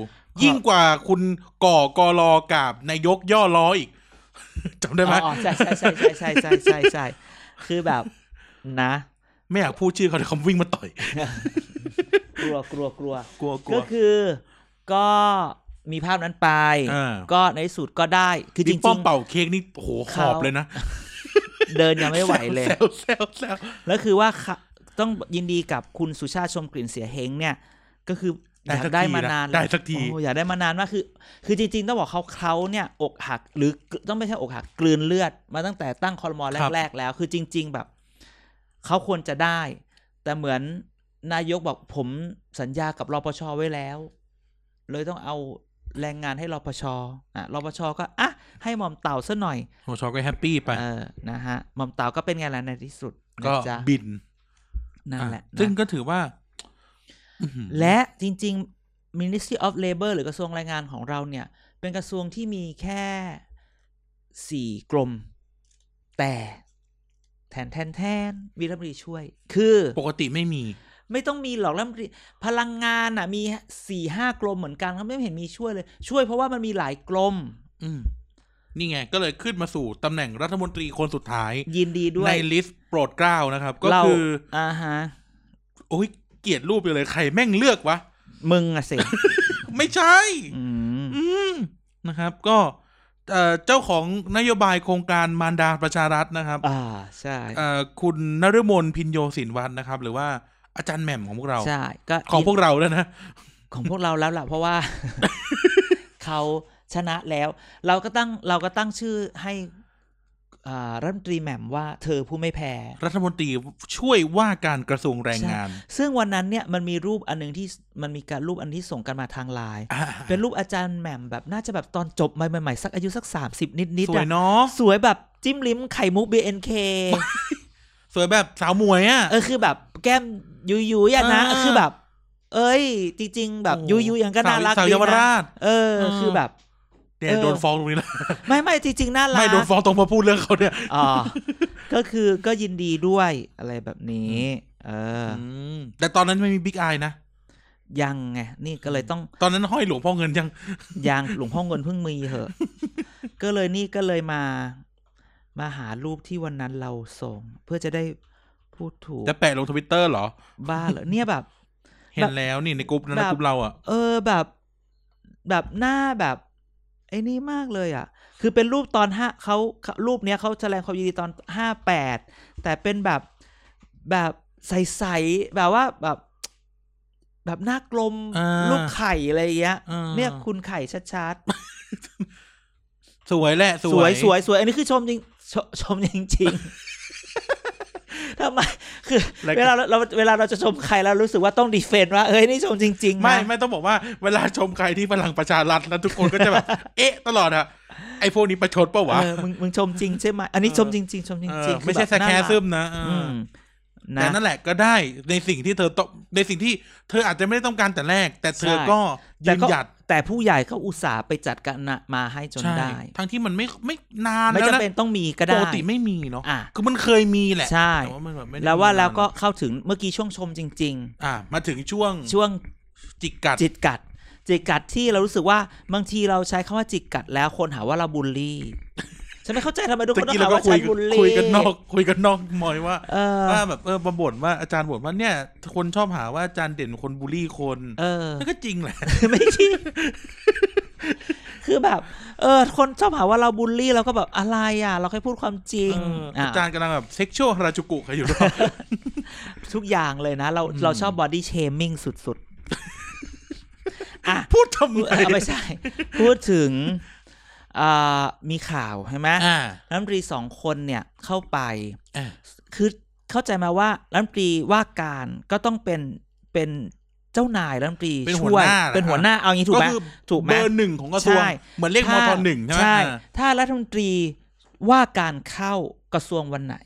ยิ่งกว่าคุณก่อกอรอกับนายกย่อล้ออีก (laughs) จำได้ไหม อ๋อใช่ใช่ใช่ใช่ใช่ใช่ใช่ใช่คือแบบนะ ไม่อยากพูดชื่อเขาเดี๋ยวเขาวิ่งมาต่อย กลัวกลัวกลัว กลัวกลั ก็ ว คือก็มีภาพนั้นไป อ่า ก็ในสุดก็ได้คือจ บิ๊ ริ กป้อม ง เป่าเค้กนี่โอ้โหข เขา อบเลยนะ ๆ เดินยังไม่ไหวเลย แซว (laughs) แซวแซว แล้วคือว่าค่ะต้องยินดีกับคุณสุชาติชมกลิ่นเสียเฮงเนี่ย ก็คืออยากได้มานาน ได้สักที โอ้อยากได้มานานมากคือ คือจริง ๆ ต้องบอกเขาเขาเนี่ยอกหักหรือต้องไม่ใช่อกหักกลืนเลือด มาตั้งแต่ตั้งคอรมอ ครับ แรก ๆ แล้ว คือจริง ๆ แบบเขาควรจะได้ แต่เหมือนนายกบอกผมสัญญากับรปชไว้แล้ว เลยต้องเอาแรงงานให้รปชอ่ะรปชก็อ่ะให้หมอมเต่าซะหน่อย โหชอก็แฮปปี้ไป เออนะฮะหมอมเต่าก็เป็นไงล่ะในที่สุดนะ ก็ จ๊ะ บิน นั่นแหละ อ่ะซึ่ง นะ ก็ถือว่าอื้อหือ และจริง ๆ Ministry of Labor หรือกระทรวงแรงงานของเราเนี่ย เป็นกระทรวงที่มีแค่สี่กรม แต่แทนแทนแทนวีรัมรีช่วย คือ ปกติไม่มี ไม่ต้องมีหรอกรัฐมนตรีพลังงานอ่ะ มีสี่ห้ากรมเหมือนกันเขาไม่เห็นมีช่วยเลย ช่วยเพราะว่ามันมีหลายกรม อืมนี่ไง ก็เลยขึ้นมาสู่ตำแหน่งรัฐมนตรีคนสุดท้าย ยินดีด้วย ในลิสต์โปรดเกล้านะครับ ก็ เรา คือ อ่าฮะ โอ้ยเกลียดรูปไปเลยใครแม่งเลือกวะ มึงอะสิ ไม่ใช่ อืม อืมนะครับ ก็เอ่อเจ้าของนโยบายโครงการมารดาประชารัฐนะครับ อ่าใช่ เอ่อคุณนฤมลพินโยสินวัฒน์นะครับ หรือว่าอาจารย์แหม่มของพวกเรา ใช่ก็ ของพวกเราแล้วยนะ ของพวกเราแล้วล่ะ เพราะ (laughs) ว่า เขาชนะแล้ว เราก็ตั้งเราก็ตั้งชื่อให้อ่ารัฐมนตรีแหม่มว่าเธอผู้ไม่แพ้ รัฐมนตรีช่วยว่าการกระทรวงแรงงาน ซึ่งวันนั้นเนี่ยมันมีรูปอันหนึงที่มันมีการรูปอันที่ส่งกันมาทางไลน์ อ่า เป็นรูปอาจารย์แหม่มแบบน่าจะแบบตอนจบใหม่ๆสักอายุสักสามสิบนิดๆ สวย อะ เนาะ สวยแบบจิ้มลิ้มไข่มุก BNK สวยแบบสาวหมวยอ่ะ เออคือแบบแก้มยุยๆอะนะ อ่า คือแบบ เอ้ย จริง ๆ แบบ โอ้ ยุยๆอย่างก็น่ารัก สาว ดี เยาว นะ ราช เออ เออ คือแบบ เนี่ย เออ โดนฟ้องตรงนี้แล้ว ไม่ไม่จริงๆน่ารัก ไม่โดนฟ้องตรงมาพูดเรื่องเขาเนี่ย อ๋อ ก็คือก็ยินดีด้วยอะไรแบบนี้ เออ มแต่ตอนนั้นไม่มีบิ๊กไอนะ ยังไง นี่ก็เลยต้อง ตอนนั้นห้อยหลวงพ่อเงินยัง ยังหลวงพ่อเงินเพิ่งมีเหอะ ก็เลยนี่ก็เลยมา มาหารูปที่วันนั้นเราส่ง เพื่อจะได้พูดถูก จะแปะลงทวิตเตอร์เหรอ บ้าเหรอเนี่ยแบบ เห็นแล้วนี่ในกลุ่มนั้นนะ แบบ กลุ่มเราอ่ะ เออแบบ แบบหน้าแบบไอ้นี่มากเลยอ่ะ คือเป็นรูปตอนห้าเขาเขารูปเนี้ยเขาแสดงความยินดีตอนห้าแปดแต่เป็นแบบแบบใสๆแบบว่าแบบ แบบหน้ากลม อ่า ลูกไข่อะไรอย่างเงี้ย อ่า เนี่ยคุณไข่ชัด สวยแหละ ส ๆ ส ว วย ย สวยสวยอันนี้คือชมจริงชชมจริงๆท (laughs) ำไมคือเวลาเราเราเวลาเราจะชมใครเรารู้สึกว่าต้องดีเฟนต์ว่าเอ้ยนี่ชมจริงๆนะ ไม่ไม่ต้องบอกว่าเวลาชมใครที่พลังประชารัฐแล้วทุกคนก็จะแบบ (laughs) เอ๊ะ ตลอดอะไอพวกนี้ประชดปะวะ เออมึงมึงชมจริงใช่ไหม อันนี้ชมจริง ๆ ชมจ เอ ริ อง ๆ ไม่ใช่ อ ส บบ แค น่า ร์ รัก ซึมนะเอออ อืมนะ แต่นั่นแหละก็ได้ในสิ่งที่เธอต้องในสิ่งที่เธออาจจะไม่ได้ต้องการแต่แรก แต่เธอ ใช่ ก็ยื แต่ น ก็ หยัด แต่ผู้ใหญ่เขาอุตส่าห์ไปจัดการนะมาให้จนได้ ทั้งที่มันไม่ไม่นาน ไม่ แล้ว จำ นะ เป็นต้องมีก็ได้ ปกติไม่มีเนาะ อ่ะ คือมันเคยมีแหละ ใช่ แต่ว่ามันบบไม่ได้ แล้วว่า มีนน แล้วก็เข้าถึงเมื่อกี้ช่วงชมจริง อ่ะมาถึงช่วง ๆ ช่วง จิกกัด จิตกัด จิตกัดที่เรารู้สึกว่าบางทีเราใช้คำว่าจิตกัดแล้วคนหาว่าเราบูลลี่ (laughs) ฉันไม่เข้าใจทำไมทุกค ตะ นต้อง กี้เรา หา ก็ ว่า คุ ฉั ย นบูลลี่ คุยกันนอกคุยกันนอกมอยว่า เออ ว่าแบบเออมาบ่นว่าอาจารย์บ่นว่าเนี่ย คนชอบหาว่าอาจารย์เด่นคนบูลลี่คน เออ นั่นก็จริงแหละ ไม่ใช่ คือแบบ เออ คนชอบหาว่าเราบูลลี่เราก็แบบอะไรอ่ะ เราแค่พูดความจริง เอออา จารย์กำลังแบบเซ็กชวลฮาราจูกุกันอยู่หร (laughs) อ ทุกอย่างเลยนะ เรา อืม เราชอบบอดี้เชมิ่งสุด (laughs) ๆ อ่ะ พูดทำไม เอาไม่ใช่ พูดถึงอ่ามีข่าวใช่ไหม อ่า รัฐมนตรีสองคนเนี่ยเข้าไป อ่า คือเข้าใจมาว่ารัฐมนตรีว่าการก็ต้องเป็นเป็นเจ้านายรัฐมนตรี เป็นหัว ช่วย หน้า เป็นหัวหน้าเอางี้ถูก ก็ ไหม คือ ถูกไหม เบอร์หนึ่งของกระทรวง ใช่ เหมือนเรียกม ถ้า ทหนึ่งใช่ไหมอ่า ถ้ารัฐมนตรีว่าการเข้ากระทรวงวันไหน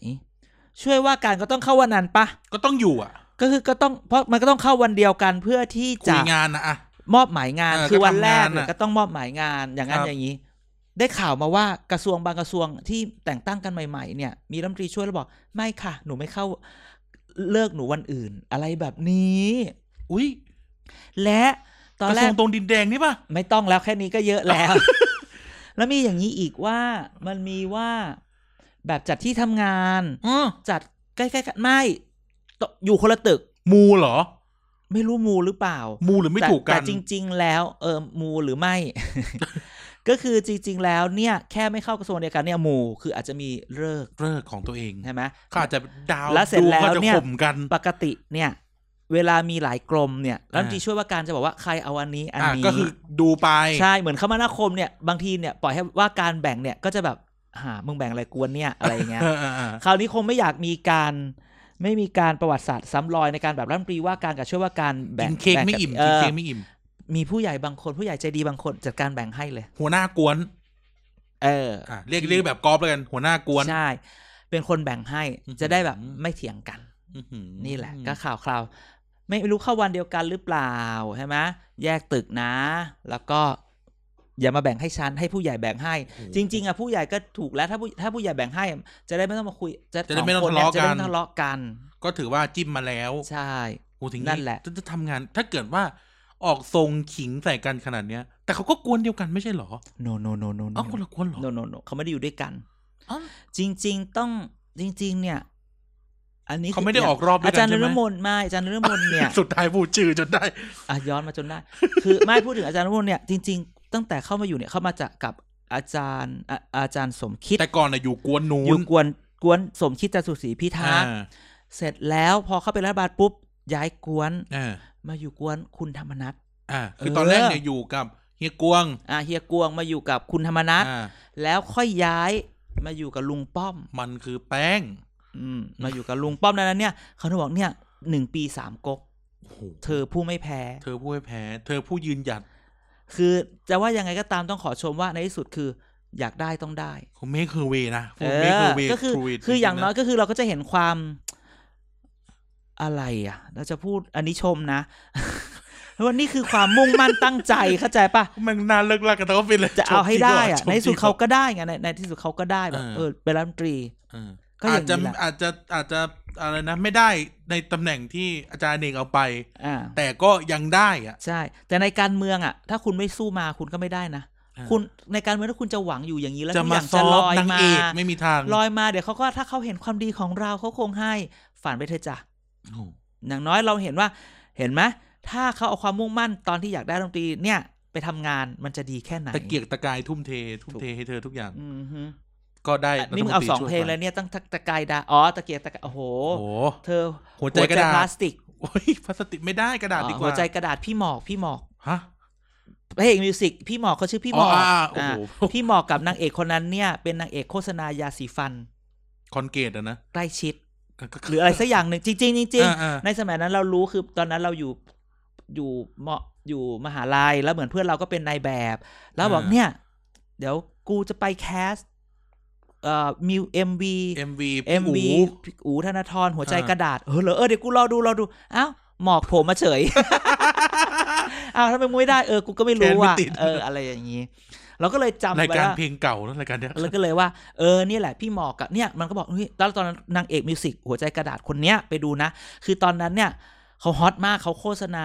ช่วยว่าการก็ต้องเข้าวันนั้นปะ ก็ต้องอยู่อ่ะ ก็คือก็ต้องเพราะมันก็ต้องเข้าวันเดียวกันเพื่อที่ คุ จะ ยงานนะอ่ะ มอบหมายงาน เออ คือวันแรก ก็ทำงาน เนี่ย น่ะ ก็ต้องมอบหมายงานอย่างนั้ คน รับ อย่างนี้ ได้ข่าวมาว่ากระทรวงบางกระทรวงที่แต่งตั้งกันใหม่ๆเนี่ย มีรัฐมนตรีช่วยแล้วบอกไม่ค่ะ หนูไม่เข้าเลิกหนูวันอื่น อะไรแบบนี้ อุ้ย และต ก อน ระ แร ทรว ก งตรงดินแดงนี่ป่ะ ไม่ต้องแล้วแค่นี้ก็เยอะแล้ว (laughs) แล้วมีอย่างนี้อีกว่ามันมีว่าแบบจัดที่ทำงาน อือ จัดใกล้ๆกันไม่ตอยู่คนละตึก มูเหรอ ไม่รู้มูหรือเปล่า มูหรือไม่ แต่ ถูกกั แต่ น จริง ๆ แล้วเออมูหรือไม่ (laughs) ก็คือจริง ๆ แล้วเนี่ย แค่ไม่เข้ากระทรวงเดียวกันเนี่ยมูคืออาจจะมีเลิกษ์ เลิกของตัวเอง ใช่ไหม เขาอาจจะดาว แล้วเสร็จแล้ว ดูขาจะ เนี่ย ข่มกัน ปกติเนี่ย เวลามีหลายกรมเนี่ยรัฐมนตรีช่วยว่าการจะบอกว่าใครเอาอันนี้อัน อ่ะ นี้ ก็คือดูไป ใช่เหมือนคมนาคมเนี่ยบางทีเนี่ยปล่อยให้ว่าการแบ่งเนี่ยก็จะแบบหามึงแบ่งอะไรกวนเนี่ย (laughs) อะไรอย่างเงี้ย เออเออเออ คราวนี้คงไม่อยากมีการไม่มีการประวัติศาสตร์ซ้ำรอยในการแบบรัฐมนตรีว่าการกับช่วยว่าการแบ่ กิ ง นเค้ก แบ่ง ไม่อิ่ม เอ กิน อ เค้กไม่อิ่ม มีผู้ใหญ่บางคนผู้ใหญ่ใจดีบางคนจัดการแบ่งให้เลย หัวหน้ากวน เออ อ่ะเรียกเรียกแบบกอล์ฟแล้วกัน หัวหน้ากวน ใช่ เป็นคนแบ่งให้ อือหือ จะได้แบบไม่เถียงกัน อื้ออ นี่แหละก็ข่าวคราวไม่รู้เข้าวันเดียวกันหรือเปล่าใช่ไหมแยกตึกนะ แล้วก็ อย่ามาแบ่งให้ฉันให้ผู้ใหญ่แบ่งให้ จริง ๆอ่ะผู้ใหญ่ก็ถูกแล้วถ้าผู้ถ้าผู้ใหญ่แบ่งให้อ่ะจะได้ไม่ต้องมาคุยจะ จะได้ไม่ต้อง สคนี่ย ทะเลาะจะกันได้ไม่ทะเลาะกัน ก็ถือว่าจิ้มมาแล้ว ใช่ โอ้ถึง นั่นแหละ จจะทำงาน ถ้าเกิดว่าออกทรงขิงใส่กันขนาดเนี้ย แต่เขาก็กวนเดียวกันไม่ใช่เหรอ no no no no เอ้าคนละกวนเหรอ no no no เขาไม่ได้อยู่ด้วยกัน อ้าว จริง ๆ ต้องจริง ๆ เนี่ย อันนี้ เขาไม่ได้ นี่ ออกรอบด้วย อาจารย์ กัน น ใช่ไหม ฤมลไม่อาจารย์นฤมล (laughs) เนี่ย สุดท้ายพูดชื่อจนได้ อ่ะย้อนมาจนได้ คือไม่พูดถึงอาจารย์นฤมลเนี่ยจริง ๆ ตั้งแต่เข้ามาอยู่เนี่ยเข้ามาจากกับอาจารย์อ่ะอาจารย์สมคิด แต่ก่อนน่ะอยู่กวนนู้ อยู่ น กวนกวนสมคิดจาตุศรีพิทักษ์ อ่า เสร็จแล้วพอเข้าไปรัฐบาลปุ๊บย้ายกวน อ่า มาอยู่กวนคุณธรรมนัท อ่าคือ เออ ตอนแรกเนี่ยอยู่กับเฮียกวง อ่าเฮียกวงมาอยู่กับคุณธรรมนัท อ่า แล้วค่อยย้ายมาอยู่กับลุงป้อม มันคือแป้ง อืมมาอยู่กับลุงป้อมดังนั้นเนี่ยเขาถึงบอกเนี่ยหนึ่งปีสามก๊ก โอ้โห เธอผู้ไม่แพ้ เธอผู้ให้แพ้ เธอผู้ยืนหยัด คือจะว่ายังไงก็ตามต้องขอชมว่าในที่สุดคืออยากได้ต้องได้ เขาเมคเฮอร์เวนะ เอ เมคเฮอ อ ร์เว ก็คือ ทรูวิ คืออย่างน้อยก็คือเราก็จะเห็นความอะไรอ่ะ เราจะพูดอันนี้ชมนะ (laughs) ว่านี่คือความมุ่งมั่นตั้งใจเข้าใจปะ มันนานเลิกลากกันแล้วก็เป็นเลย จะเอาให้ได้อะ ชม ในที่สุด จริงหร เขาก็ได้ไงในในที่สุดเขาก็ได้แบบ เออ เออเป็นรัฐมนตรี เออ ก็อ อาจ ย่าง จะ นี้แหละ อาจจะอาจจะอะไรนะ ไม่ได้ในตำแหน่งที่อาจารย์เองเอาไป อ่า แต่ก็ยังได้อ่ะ ใช่ แต่ในการเมืองอ่ะ ถ้าคุณไม่สู้มาคุณก็ไม่ได้นะ อ่า คุณในการเมืองถ้าคุณจะหวังอยู่อย่างนี้แล้ว จะ ทุกอ มา ย่าง ซ้อ จะล ม อย นาง มา เอกไม่มีทาง ลอยมาเดี๋ยวเขาก็ถ้าเขาเห็นความดีของเราเขาคงให้ฝันไปเถอะจ้ะ โอ้โห อย่างน้อยเราเห็นว่า เห็นไหมถ้าเขาเอาความมุ่งมั่นตอนที่อยากได้ดนตรีเนี่ย ไปทำงานมันจะดีแค่ไหน ตะเกียกตะกายทุ่มเท ทุ่ม ถูก เทให้เธอทุกอย่าง อืมฮึ ก็ได้ อ่ะนี่มึงเอาสองเพลงเลยเนี่ยตั้งตะกายดาอ๋อตะเกียกตะกายโอ้โห โอ้โห เธอ หัวใจกระดาษ พลาสติก โอ้ยพลาสติกไม่ได้กระดาษดีกว่า หัวใจกระดาษพี่หมอกพี่หมอก ฮะ พระเอกมิวสิกพี่หมอกเขาชื่อพี่หมอก อ๋ออ่าโอ้โห อ่า (laughs) พี่หมอกกับนางเอกคนนั้นเนี่ย เป็นนางเอกโฆษณายาสีฟัน คอนเกตอะนะ ใกล้ (laughs) ชิด หรืออะไรสักอย่างหนึ่งจริงจริงๆจริง อ่าอ่า ๆในสมัยนั้นเรารู้คือตอนนั้นเราอยู่อยู่เหมาะอยู่มหาลัยแล้วเหมือนเพื่อนเราก็เป็นนายแบบ แล้วบอกเนี่ย เดี๋ยวกูจะไปแคสเอ่อมิวเอ็มวี เอ็มวี เอ็มวีอูธนาธรหัวใจกระดาษ เออเหรอเออเดี๋ยวกูรอดูรอดู อ้าว หมอกโผมมาเฉ (laughs) ย อ้าวทำไมมึงไม่ได้เออ กูก็ไม่รู้ว่ะเออ อะไรอย่างนี้ เราก็เลยจำ ราย ไว้ การ ว่า เพลงเก่าแล้วรายการเนี้ย (laughs) แล้วก็เลยว่า เออเนี่ยแหละพี่หมอกอะเนี่ยมันก็บอกเฮ้ยตอนตอนนั้นนางเอกมิวสิกหัวใจกระดาษคนเนี้ยไปดูนะ คือตอนนั้นเนี่ยเขาฮอตมากเขาโฆษณา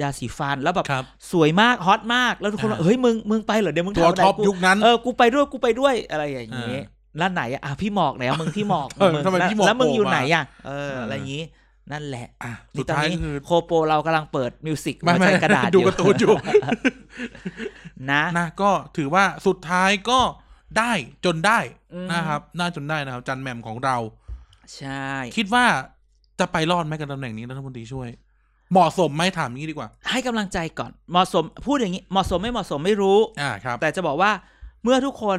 ยาสีฟันแล้วแบบ ครับ สวยมากฮอตมากแล้วทุกคนว่า อ่า เฮ้ยมึงมึงไปเหรอเดี๋ยวมึง ตัว ทำอะไร ท็อป กู ยุคนั้น เออกูไปด้วยกูไปด้วยอะไรอย่างนี้ อ่า แล้วไหนอะอ่ะพี่หมอกไหนอะมึงพี่หมอก (laughs) เออทำไมพี่หมอก แล้วมึง โผล่ อยู่ มา ไหนอะเอออะไรอย่างนี้ นั่นแหละ อ่ะสุ นี่ ด ตอน ท้าย นี้ คือ โคโปเรากำลังเปิดมิวสิก ไม่ หัว ไม่ ใจกระดาษ ดู อยู่ การ์ตูนอยู่ นะ (laughs) นะก็ถือว่าสุดท้ายก็ได้จนได้ อืม นะครับ น่าจนได้นะครับ จันแหม่มของเรา ใช่ คิดว่าจะไปรอดไหมกับตำแหน่งนี้รัฐมนตรีช่วย เหมาะสมไหมถามงี้ดีกว่า ให้กำลังใจก่อนเหมาะสมพูดอย่างนี้เหมาะสมไม่เหมาะสมไม่รู้ อ่าครับ แต่จะบอกว่าเมื่อทุกคน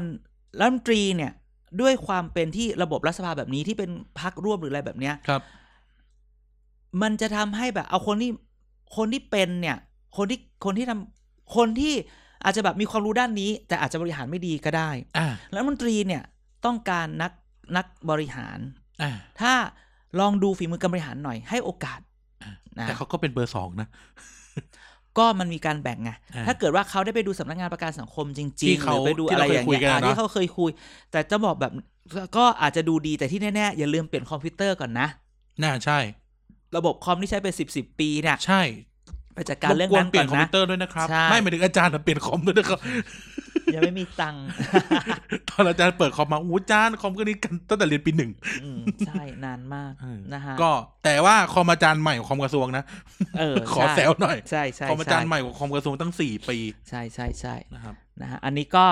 รัฐมนตรีเนี่ยด้วยความเป็นที่ระบบรัฐสภาแบบนี้ที่เป็นพักร่วมหรืออะไรแบบเนี้ย ครับ มันจะทำให้แบบเอาคนที่คนที่เป็นเนี่ย คนที่คนที่ทำคนที่อาจจะแบบมีความรู้ด้านนี้ แต่อาจจะบริหารไม่ดีก็ได้ อ่า รัฐมนตรีเนี่ยต้องการนักนักบริหาร อ่า ถ้าลองดูฝีมือการบริหารหน่อยให้โอกาสนะ แต่เขาก็เป็นเบอร์สองนะ ก็มันมีการแบ่งไง อ่า ถ้าเกิดว่าเขาได้ไปดูสำนักงานประกันสังคมจริ ที่ งๆห เขา รือไปดู ที่ อะไร เราเค อย ย่าง คุย เงี้ย กันอะ อ่า เนาะ ที่เขาเคยคุย แต่จะบอกแบบก็อาจจะดูดีแต่ที่แน่ๆอย่าลืมเปลี่ยนคอมพิวเตอร์ก่อนนะ น่าใช่ ระบบคอมที่ใช้เป็นสิบสิบปีเนี่ย ใช่ ไปจัดการเรื่อง บว นั้น เปลี่ ก่อยน น คอม นะ พิวเตอร์ด้วยนะครับ ใช่ ไม่หมายถึงอาจารย์นะเปลี่ยนคอมด้วยนะครับ ยังไม่มีตังค์ (laughs) ตอนอาจารย์เปิดคอมมาอู้อาจารย์คอมก็นี้กันตั้งแต่เรียนปีหนึ่ง อืมใช่ นานมาก เออ นะฮะ ก็แต่ว่าคอมอาจารย์ใหม่ของคอมกระทรวงนะ เออ ขอแซวหน่อย ใช่ใช่ คอมอาจา ใช่ รย์ใหม่ของคอมกระทรวงตั้งสี่ปี ใช่ใช่ใช่ นะครับ นะฮะอันนี้ก็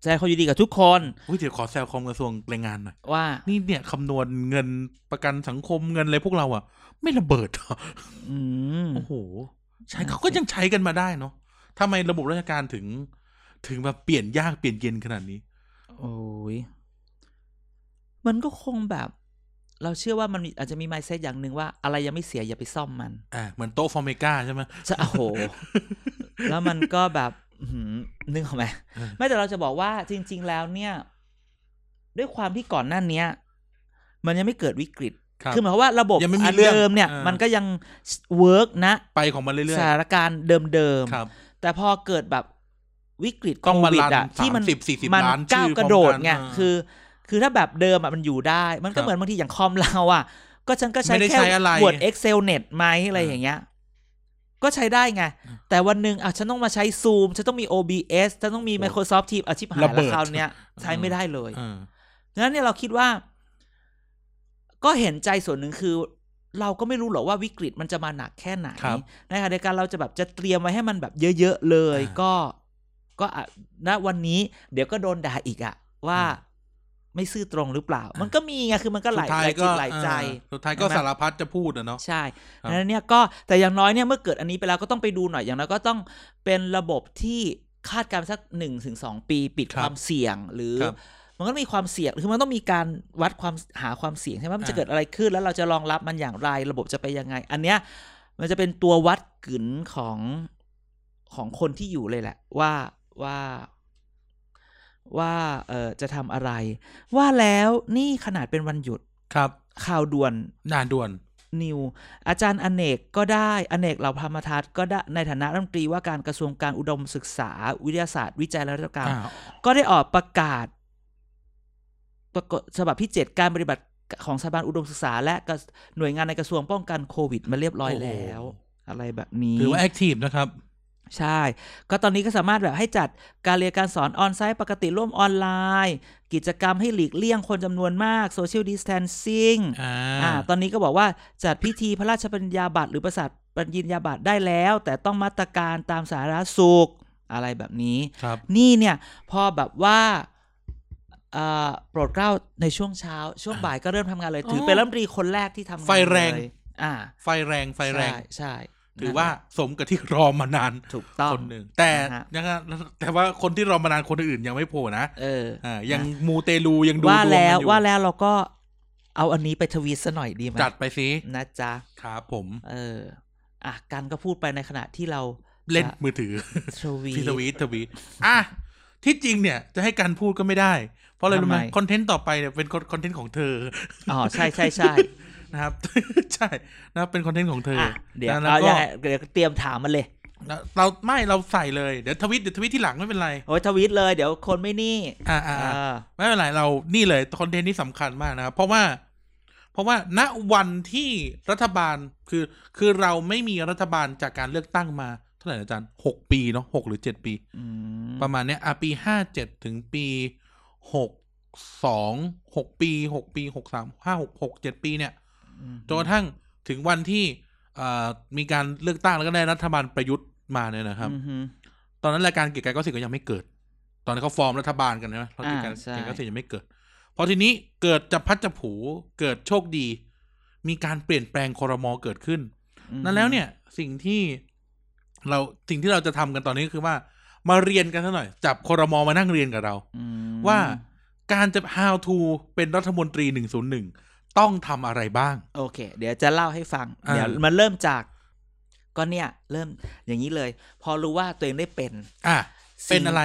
แสดงความยินดีกับทุกคน อุ้ยเดี๋ยวขอแซวคอมกระทรวงแรงงานหน่อย ว่า นี่เนี่ยคำนวณเงินประกันสังคมเงินอะไรพวกเราอะไม่ระเบิดเหรอ อืม โอ้โห ใช้ นั่นสิ เขาก็ยังใช้กันมาได้เนาะทำไมระบบราชการถึง ถึงแบบเปลี่ยนยากเปลี่ยนเย็นขนาดนี้ โอ้ยมันก็คงแบบ เราเชื่อว่ามันมีอาจจะมีไมเซ็ตอย่างหนึ่งว่า อะไรยังไม่เสียอย่าไปซ่อมมัน อ่าเหมือนโต๊ะฟอร์เมกาใช่ไหม จะโอ้โห (laughs) แล้วมันก็แบบอื้อหือนึกออกไหม เออ ไม่แต่เราจะบอกว่าจริง ๆ แล้วเนี่ย ด้วยความที่ก่อนหน้าเนี้ย มันยังไม่เกิดวิกฤต ครับ คือหมายความว่าระบบ ยังไม่มี อัน เรื่อง เดิมเนี่ย อ่ามั มันก็ยังเวิร์กนะ ไปของมันเรื่อย สถานการณ์เดิม ๆครับ ๆแต่พอเกิดแบบวิกฤต ต้องมา โควิด รัน อะที่มัน 30 40 มั ล้านชื่อ ก้าวกระโดดไง พร้อมกันอ่า คือ คือถ้าแบบเดิมอะมันอยู่ได้ มัน ครั ก็ บ เหมือนบางทีอย่างคอมเราอะก็ฉันก็ใช้ ไม่ได้ แค่ ใช้อะไร วด Excel เน็ตไหมอะไร อ่า อย่างเงี้ย ก็ใช้ได้ไง อ่า แต่วันหนึ่งอ่ะฉันต้องมาใช้ Zoom ฉันต้องมี OBS ฉันต้องมี โอ้โห Microsoft Teams อาชิบหาย ระเบิ ละ ด คราวเนี้ยใช้ไม่ได้เลย เออ ดังนั้นเนี่ยเราคิดว่า ก็เห็นใจส่วนหนึ่งคือ เราก็ไม่รู้หรอกว่าวิกฤตมันจะมาหนักแค่ไหน ครับ ในขณะเดียวกันเราจะแบบจะเตรียมไว้ให้มันแบบเยอะๆเลย อ่า ก็ก็อ่ะณวันนี้เดี๋ยวก็โดนด่าอีกอะว่า อืม ไม่ซื่อตรงหรือเปล่า มันก็มีไงคือมันก็หลายหลายจิตหลายใจ อ่าสุดท้ายก็ ใช่ไหม สารพัดจะพูดอะเนาะ ใช่ ครับ ดังนั้นเนี่ยก็แต่อย่างน้อยเนี่ยเมื่อเกิดอันนี้ไปแล้วก็ต้องไปดูหน่อยอย่างน้อยก็ต้องเป็นระบบที่คาดการณ์สักหนึ่งถึงสองปีปิดความเสี่ยงหรือ ครับ มันก็มีความเสี่ยง คือมันต้องมีการวัดความหาความเสี่ยงใช่ไหมมันจะ อ่า เกิดอะไรขึ้นแล้วเราจะรองรับมันอย่างไร ระบบจะไปยังไง อันเนี้ย มันจะเป็นตัววัดกึนของของคนที่อยู่เลยแหละ ว่าว่า ว่าเออจะทำอะไร ว่าแล้วนี่ขนาดเป็นวันหยุด ครับ ข่าวด่วน นานด่วน นิว อาจารย์อเนกก็ได้ อเนกเหล่าพรหมทัศน์ก็ได้ในฐานะรัฐมนตรีว่าการกระทรวงการอุดมศึกษา วิทยาศาสตร์ วิจัยและนวัตกรรม อ่า ก็ได้ออกประกาศประกาศฉบับที่เจ็ดการปฏิบัติของสถาบันอุดมศึกษา และกระหน่วยงานในกระทรวงป้องกันโควิดมาเรียบร้อย โอ้โห แล้ว อะไรแบบนี้ ถือว่าแอคทีฟนะครับ ใช่ ก็ตอนนี้ก็สามารถแบบให้จัดการเรียนการสอนออนไซต์ปกติร่วมออนไลน์ กิจกรรมให้หลีกเลี่ยงคนจำนวนมากโซเชียลดิสแทนซิ่ง อ่า อ่าตอนนี้ก็บอกว่าจัดพิธีพระราชปัญญาบัตรหรือประสาทปัญญาบัตรได้แล้ว แต่ต้องมาตรการตามสาธารณสุขอะไรแบบนี้ ครับ นี่เนี่ยพอแบบว่าเอ่อโปรดเกล้าในช่วงเช้า ช่วงบ่ายก็เริ่มทำงานเลย อ๋อ ถือเป็นรัฐมนตรีคนแรกที่ทำงาน ไฟแรง เลยอ่า ไฟแรงไฟแรง ใช่ใช่ ถือว่าสมกับที่รอมานาน ถูกต้อง คนหนึ่งแต่ นะฮะ ยังไงแต่ว่าคนที่รอมานานคนอื่นยังไม่โผล่นะ เออ อ่ายังมูเตลูยังดู ว่า ดวง แล้ว กันอยู่ ว่าแล้วเราก็เอาอันนี้ไปทวีตซะหน่อยดีไหม จัดไปสิ นะจ๊ะ ครับผม เอออ่ะกันก็พูดไปในขณะที่เรา เล่นมือถือ ทวีต พี่ทวีตทวีตอ่ะที่จริงเนี่ย จะให้การพูดก็ไม่ได้ เพราะอะไรรู้ไหม ทำไม คอนเทนต์ต่อไปเนี่ยเป็นคอนเทนต์ของเธอ อ๋อใช่ใช่ใช่ นะครับ (laughs) ใช่นะครับเป็นคอนเทนต์ของเธอ อ่ะเดี๋ยว นะแล้ว เอา ก็ ยังไงเดี๋ยวเตรียมถามมันเลย นะเราไม่เราใส่เลยเดี๋ยวทวิตเดี๋ยวทวิตที่หลังไม่เป็นไร โอ้ยทวีตเลยเดี๋ยวคนไม่นี่ อ่าอ่า เอ อ่า อ ไม่เป็นไรเรานี่เลยคอนเทนต์นี้สำคัญมากนะครับ เพราะว่า เพราะว่าณวันที่รัฐบาลคือ คือเราไม่มีรัฐบาลจากการเลือกตั้งมา เท่าไหร่นะอาจารย์หกปีเนาะหกหรือเจ็ดปี อืม ประมาณเนี้ยอ่ะปีห้าเจ็ดถึงปีหกสองหกปีหกปีหกสามห้าหกหกเจ็ดปีเนี่ย อืม จนกระทั่งถึงวันที่เอ่อมีการเลือกตั้งแล้วก็ได้รัฐบาลประยุทธ์มาเนี่ยนะครับ อือฮึ ตอนนั้นรายการเกียรติกายก็สิบก็ยังไม่เกิด ตอนนั้นเขาฟอร์มรัฐบาลกันใช่ไหมตอนเกียรติกาย อ่าใช่ เกียรติกายก็สิบยังไม่เกิด พอทีนี้เกิดจะพัดจะผูเกิดโชคดี มีการเปลี่ยนแปลงคอรมอเกิดขึ้น อืม นั้นแล้วเนี่ยสิ่งที่เราสิ่งที่เราจะทำกันตอนนี้ก็คือว่า มาเรียนกันซะหน่อย จับคอรมอมานั่งเรียนกับเรา อืม ว่าการจะ how to เป็นรัฐมนตรี 101 ต้องทำอะไรบ้าง โอเค เดี๋ยวจะเล่าให้ฟัง อ่า เดี๋ยวมันเริ่มจาก ก็เนี่ย เริ่มอย่างนี้เลย พอรู้ว่าตัวเองได้เป็น (laughs) อ่ะ เป็นอะไร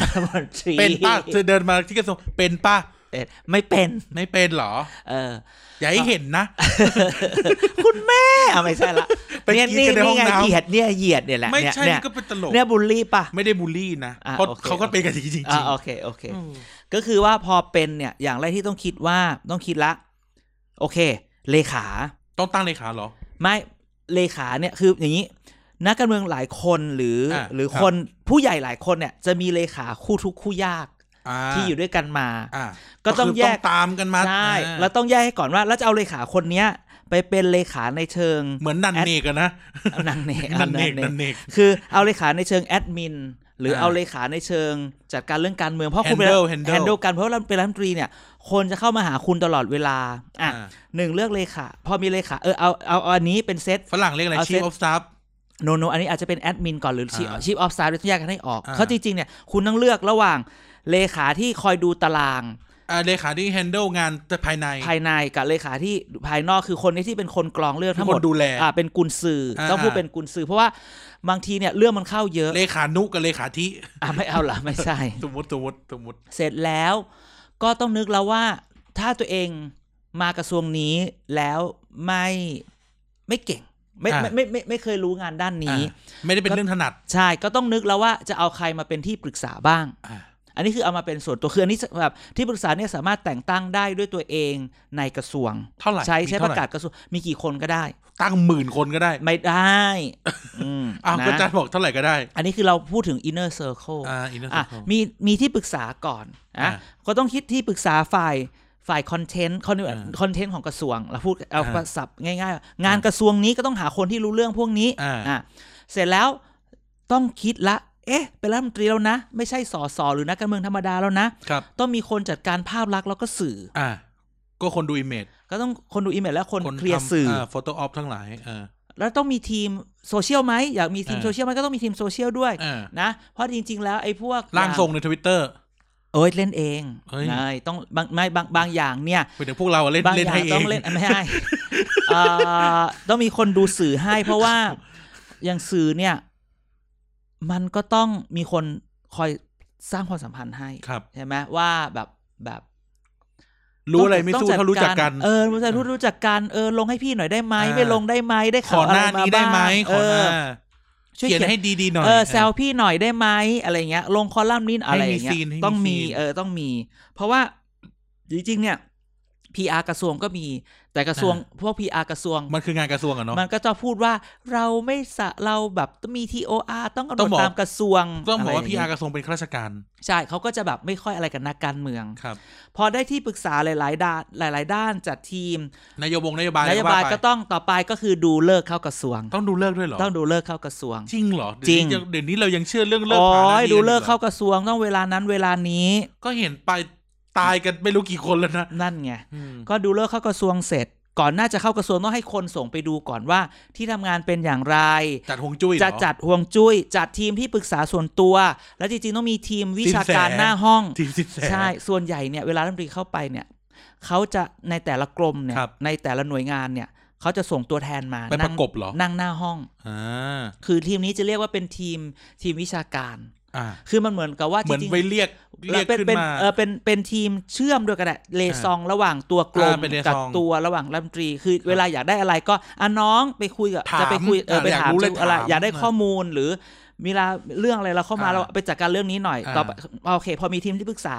รัฐมนตรี เป็นป้าเธอเดินมาที่กระทรวงเป็นป้า เออไม่เป็น ไม่เป็นเหรอ เออ อย่าให้เห็นนะ คุณแม่อ่ะไม่ใช่ละ ไป เนี่ย กิน นี่ กันในห้อ นี่ ง ไง น้ำ เหยียดเนี่ยเหยียดเนี่ยแหละ ไม่ เนี่ย ใช่ เนี่ย นี่ก็เป็นตลก เนี่ยบูลลี่ป่ะ ไม่ได้บูลลี่นะ อ่ะ เพราะ โอเค เขาก็เป็นกันจริงจริง อ่าโอเคโอเค ก็คือว่าพอเป็นเนี่ยอย่างแรกที่ต้องคิดว่าต้องคิดละ โอเค เลขา ต้องตั้งเลขาเหรอ ไม่เลขาเนี่ยคืออย่างนี้นักการเมืองหลายคนหรืออ อ่ะ หรือ ครับ คนผู้ใหญ่หลายคนเนี่ย จะมีเลขาคู่ทุกข์คู่ยาก อ่า ที่อยู่ด้วยกันมา อ่า ก็ต้อง คื แยก ตามกันมา ใช่ อ่า แล้วต้องแยกให้ก่อนว่าแล้วจะเอาเลขาคนเนี้ย ไปเป็นเลขาในเชิง เหมือนนันเนกอะนะ นางเนก นันเนก เอา นั น นเนก คือเอาเลขาในเชิงแอดมินหรือ อ่า เอาเลขาในเชิงจัดการเรื่องการเมืองเพราะคุณ handle เป็น handle แฮนด์ลกันเพราะเราเป็นรัฐมนตรีเนี่ย คนจะเข้ามาหาคุณตลอดเวลาอ่ะ อ่า หนึ่งเลือกเลขาพอมีเลขาเออเอาเอาเอาอันนี้เป็นเซต ฝรั่งเรียกอะไร เอาเซ็ chief ต of staff โนโนอันนี้อาจจะเป็นแอดมินก่อนหรือชีพ อ่า ชีพออฟสตาร์ที่แยกกันให้ออก อ่า เขาจริงๆเนี่ยคุณต้องเลือกระหว่างเลขาที่คอยดูตาราง อ่าเลขาที่ handle งานภายใน ภายในกับเลขาที่ภายนอกคือคนที่เป็นคนกรองเรื่องทั้งห ค ม น ด ดูแล อ่าเป็นกุญสืออา ต้องพูดเป็นกุญสือเพราะว่าบางทีเนี่ยเรื่องมันเข้าเยอะ เลขานุกับเลขาที่ อ่าไม่เอาละไม่ใช่ สมมติสมมติสมมติ เสร็จแล้วก็ต้องนึกแล้วว่าถ้าตัวเองมากระทรวงนี้แล้วไม่ไม่เก่ง ไม่ไม่ไมไม่ไม่เคยรู้งานด้านนี้ อ่าไม่ได้เป็นเรื่องถนัด ใช่ก็ต้องนึกแล้วว่าจะเอาใครมาเป็นที่ปรึกษาบ้าง อ่า อันนี้คือเอามาเป็นส่วนตัวคืออันนี้แบบที่ปรึกษาเนี่ยสามารถแต่งตั้งได้ด้วยตัวเองในกระทรวง เท่าไหร่ ใช้ มี ใช้ปเท่ไห ระกาศกระทรวงมีกี่คนก็ได้ ตั้งหมื่นคนก็ได้ ไม่ได้อืม อ้าวก็อาจาร นะ ย์บอกเท่าไหร่ก็ได้ อันนี้คือเราพูดถึง inner circle อ่าอินเนอร์ อ่ะมีมีที่ปรึกษาก่อน อ่ะ นะก็ต้องคิดที่ปรึกษาฝ่ายฝ่ายคอนเทนต์คอน อ่า คอนเทนต์ของกระทรวงเราพูดเอา อ่า ศัพท์ง่ายๆ งานกระทรวงนี้ก็ต้องหาคนที่รู้เรื่องพวกนี้ อ่า ะเสร็จแล้วต้องคิดละ เอ๊ะ เป็นรัฐมนตรีแล้วนะ ไม่ใช่สอสอหรือนักการเมืองธรรมดาแล้วนะ ครับ ต้องมีคนจัดการภาพลักษณ์แล้วก็สื่อ อ่า ก็คนดูอิมเมจ ก็ต้องคนดูอิมเมจและคนเคลียร์สื่อ โฟโต้ออฟทั้งหลายอ่า แล้วต้องมีทีมโซเชียลไหมอยากมีทีม อ่า โซเชียลไหมก็ต้องมีทีมโซเชียลด้วย อ่า นะเพราะจริง ๆ แล้วไอ้พวก ร่างทรงในทวิตเตอร์ เอ้ยเล่นเอง เฮ้ย ใช่ต้องบางไม่บางบางอย่างเนี่ย เดี๋ยวพวกเราอะเล่น บางอ เล่น ย่าง ให้เอ ต้อง งเล่นไม่ใช่เอ่อต้องมีคนดูสื่อให้เพราะว่าอย่างสื่อเนี่ย มันก็ต้องมีคนคอยสร้างความสัมพันธ์ให้ ครับ ใช่ไหมว่าแบบแบบ รู้อะไรไม่สู้ ต้งจัด ถ้ารู้จักกัน เออรู้จักรู้รู้จักกันเออลงให้พี่หน่อยได้ไหม อ่า ไม่ลงได้ไหมได้ ข ข่า อ วอะ ห ไร น้า มา นี้ได้ไหม บ้าง ขอหน้า เออช่วย เขียน เขียน ให้ดีๆหน่อย เออแซวพี่หน่อยได้ไหมอะไรเงี้ย ลงคอลัมน์นี้อะไรอย่าง ให้มีซี เงี้ยนให้มี ต้องมี ซีน เออต้องมี เพราะว่าจริงๆเนี่ย PR กระทรวงก็มี แต่กระทรวงพวก PR กระทรวง มันคืองานกระทรวงอะเนาะ มันก็จะพูดว่าเราไม่สะเราแบบต้องมี TOR ต้องกำหน ต้อ ด งบอก ตามกระทรวง ต้องบอก ะ ว่า ไร พี่ ย่ง อาก เงี้ย ระทรวงเป็นข้าราชการ ใช่เขาก็จะแบบไม่ค่อยอะไรกับนักการเมือง ครับ พอได้ที่ปรึกษาหลาย ๆ ด้านหลาย ๆ ด้านจัดทีม นโยบงนโยบาย นโยบาย ว่ไป ก็ต้องต่อไปก็คือดูเลิกเข้ากระทรวง ต้องดูเลิกด้วยเหรอ ต้องดูเลิกเข้ากระทรวง จริงเหรอ จริง เดี๋ยวนี้เดี๋ยวนี้เรายังเชื่อเรื่องเลิก โอ้ ผ่านหน้าย ที่ ดูเลิกเข้า หรอก ระทรวงต้องเวลานั้นเวลานี้ ก็เห็นไปตายกันไม่รู้กี่คนแล้วนะ นั่นไง อืม ก็ดูเลิกเข้ากระทรวงเสร็จ ก่อนหน่าจะเข้ากระทรวงต้องให้คนส่งไปดูก่อนว่าที่ทำงานเป็นอย่างไร จัดฮวงจุ้ยเหรอ จะจัดห่วงจุ้ย จัดทีมที่ปรึกษาส่วนตัว และจริงๆต้องมีทีมวิชาการ สินแส หน้าห้อง ทีมสิบแสน ใช่ ส่วนใหญ่เนี่ยเวลารัฐมนตรีเข้าไปเนี่ยเขาจะในแต่ละกรมเนี่ย ครับ ในแต่ละหน่วยงานเนี่ยเขาจะส่งตัวแทนมา ไปป นั่ ระ ง กบเหรอ นั่งหน้าห้อง อ่า คือทีมนี้จะเรียกว่าเป็นทีมทีมวิชาการ อ่า คือมันเหมือนกับว่าจ เหมือน ริงๆ ไปเรียกเรียก เป็น ขึ้น เป็น มา เออเป็นเป็นทีมเชื่อมด้วยกันแหละเลซองระหว่างตัวกลม อ่าเป็นเลซอง กับตัวระหว่างรัฐมนตรี คือเวลาอยากได้อะไรก็อ่ะน้องไปคุยกับ ถาม จะไปคุยเออไป อยาก ถาม รู้เลย อะไร ถาม อยากได้ นะ ข้อมูลหรือมีเวลาเรื่องอะไรเราเข้ามา อ่า เราไปจัดการเรื่องนี้หน่อย อ่า ต่อไปโอเค พอมีทีมที่ปรึกษา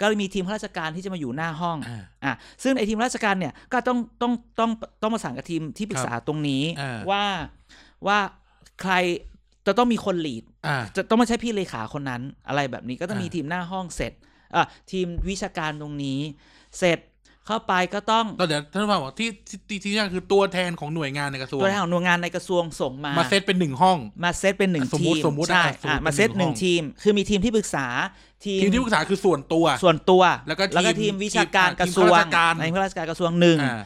ก็มีทีมข้าราชการที่จะมาอยู่หน้าห้อง อ่า อ่ะซึ่งไอทีมข้าราชการเนี่ยก็ต้องต้องต้องต้องประสานกับทีมที่ปรึกษาตรงนี้ อ่า ว่าว่าใครจะต้องมีคนลีด อ่า จะต้องไม่ใช่พี่เลขาคนนั้นอะไรแบบนี้ก็ต้อง อ่ามี มีทีมหน้าห้องเสร็จอ่ะทีมวิชาการตรงนี้ เสร็จ เข้าไปก็ต้อง ตอนเดี๋ยวท่านผู้ฟังบอกที่ที่ที่ที่นี่คือตัวแทนของหน่วยงานในกระทรวง ตัวแทนของหน่วยงานในกระทรวงส่งมา มาเซตเป็นหนึ่งห้อง มาเซตเป็นหนึ่ง สมมุ ที ติ ม สมมุติ ใช่ อ่ะสมมุติ อ่ะ เป็น มาเซต ห ห นึ่ นึ่ ง ง ห้อง ทีม คือมีทีมที่ปรึกษาทีม ทีมที่ปรึกษาคือส่วนตัว ส่วนตัว แล้วก็ที ที ม มวิชาการ ทีม กระทรวง ข้าราชการ ในข้าราชการกระทรวงหนึ่ง อ่า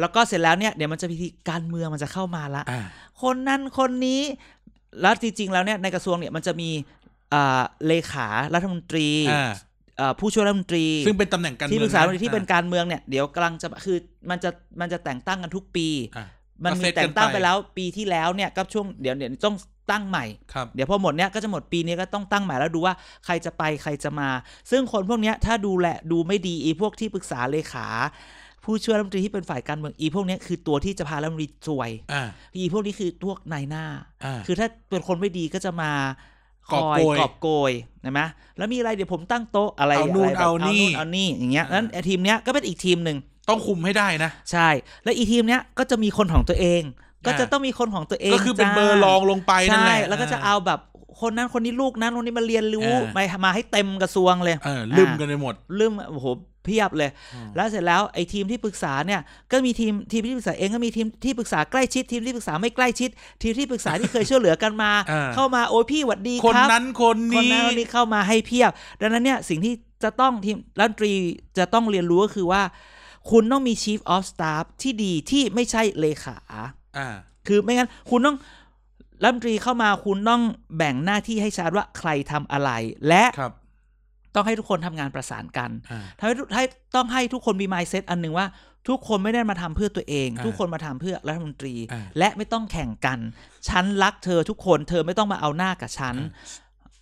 แล้วก็เสร็จแล้วเนี่ยเดี๋ยวมันจะพิธีการเมืองมันจะเข้ามาละ อ่า คนนั้นคนนี้แล้วจริงๆ แล้วเนี่ยในกระทรวงเนี่ยมันจะมีอ่าเลขารัฐมนตรี อ่า อ่าผู้ช่วยรัฐมนตรี ซึ่งเป็นตำแหน่งการเมือง ที่ปรึกษา ะ รัฐมนตรีที่เป็นการเมืองเนี่ยเดี๋ยวกำลังจะคือมันจะมันจะแต่งตั้งกันทุกปี อ่า มันมีแต่งตั้งไปแล้วปีที่แล้วเนี่ยก็ช่วงเดี๋ยวเดี๋ยวต้องตั้งใหม่ ครับ เดี๋ยวพอหมดเนี้ยก็จะหมดปีนี้ก็ต้องตั้งใหม่แล้วดูว่าใครจะไปใครจะมา ซึ่งคนพวกเนี้ยถ้าดูแลดูไม่ดีอีพวกที่ปรึกษาเลขา ผู้ช่วยรัฐมนตรีที่เป็นฝ่ายการเมืองอีพวกเนี้ยคือตัวที่จะพารัฐมนตรีซวย อ่า อีพวกนี้คือพวกนายหน้า อ่า คือถ้าเป็นคนไม่ดีก็จะมาค กอบ อย โกย กอบโกยนะไหมแล้วมีอะไรเดี๋ยวผมตั้งโต๊ะอะไร เอานู่ไรนะแบบ เอานี่ เอานี่อย่างเงี้ย อ่า นั้นไอ้ทีมเนี้ยก็เป็นอีกทีมหนึ่ง ต้องคุมให้ได้นะ ใช่ และอีทีมเนี้ยก็จะมีคนของตัวเอง ก็จะต้องมีคนของตัวเอง ก็คือเป็น จ้า เบอร์รองลงไปนั่น ใช่ แหละ แล้วก็จะเอาแบบคนนั้นคนนี้ลูกนั้นคนนี้มาเรียนรู้ อ่า มามาให้เต็มกระทรวงเลย เออลืมกันไปหมด ลืมโอ้โหเพียบเลย แล้วเสร็จแล้วไอ้ทีมที่ปรึกษาเนี่ยก็มีทีมทีมที่ปรึกษาเองก็มีทีมที่ปรึกษาใกล้ชิดทีมที่ปรึกษาไม่ใกล้ชิด ทีมที่ปรึกษาที่เคยช่วยเหลือกันมา (laughs) อ่า เข้ามาโอ้ยพี่หวัดดี คน ครับ นั้นคน คน นี้ นั้นคนนี้เข้ามาให้เพียบ ดังนั้นเนี่ยสิ่งที่จะต้องทีมรัฐมนตรีจะต้องเรียนรู้ก็คือว่า คุณต้องมี chief of staff ที่ดีที่ไม่ใช่เลขา อ่า คือไม่งั้นคุณต้องรัฐมนตรีเข้ามาคุณต้องแบ่งหน้าที่ให้ชัดว่าใครทำอะไร และ ครับ ต้องให้ทุกคนทำงานประสานกัน อ่า ทำให้ทุกให้ต้องให้ทุกคนมี mindset อันหนึ่งว่า ทุกคนไม่ได้มาทำเพื่อตัวเอง อ่า ทุกคนมาทำเพื่อรัฐมนตรี อ่า และไม่ต้องแข่งกัน ฉันรักเธอทุกคนเธอไม่ต้องมาเอาหน้ากับฉัน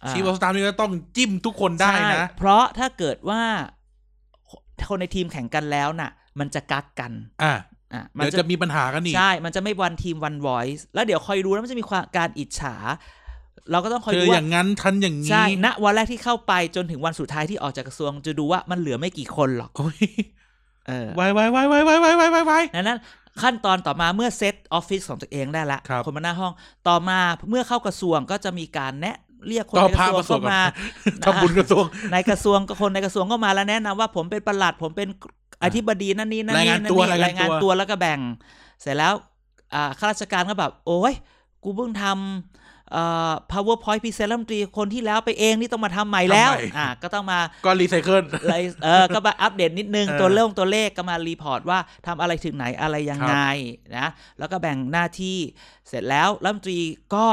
อ่า ชีวสตาร์นี่ก็ต้องจิ้มทุกคนได้นะ ใช่เพราะถ้าเกิดว่าคนในทีมแข่งกันแล้วน่ะ มันจะกักกัน อ่า อ่ะมัน เดี๋ยว จะ จะมีปัญหากันอีก ใช่มันจะไม่วันทีมวัน voice แล้วเดี๋ยวคอยดูแล้วมันจะมีความการอิจฉา เราก็ต้องคอย เธอ ดู อ ว่า ย่างนั้นฉันอย่างนี้ ใช่ ณ วันแรกที่เข้าไปจนถึงวันสุดท้ายที่ออกจากกระทรวง จะดูว่ามันเหลือไม่กี่คนหรอก โอ้ย เออ ไว้ไว้ไว้ไว้ไว้ไว้ไว้ไว้ไว้ ดังนั้นขั้นตอนต่อมาเมื่อเซตออฟฟิศของตัวเองได้ละ ครับ นมาหน้าห้องต่อมาเมื่อเข้ากระทรวงก็จะมีการแนะเรียกคน ต่อ ในก พา ระทรวง มาสวด (laughs) เข้ามาก่อนทำบุญกระทรวง (laughs) ในกระทรวงก็คนในกระทรวงก็มาแล้วแนะนำว่าผมเป็นประหลัด ผมเป็นอธิบดีนั่นนี่นั่น ราย นี่ งาน นั่น ตัว นี่ รายงาน รายงาน ตัว ตัวแล้วก็แบ่ง เสร็จแล้วอ่าข้าราชการก็แบบ โอ้ยกูเพิ่งทำเอ่อ powerpoint present รัฐมนตรีคนที่แล้วไปเองนี่ต้องมาทำใหม่แล้วอ่าก็ต้องมา ก็รีไซเคิล เลยเออ ก็มาอัปเดตนิดนึง เออ ตัวเรื่องตัวเลขก็มารีพอร์ตว่าทำอะไรถึงไหนอะไรยังไงนะ แล้วก็แบ่งหน้าที่เสร็จแล้วรัฐมนตรีก็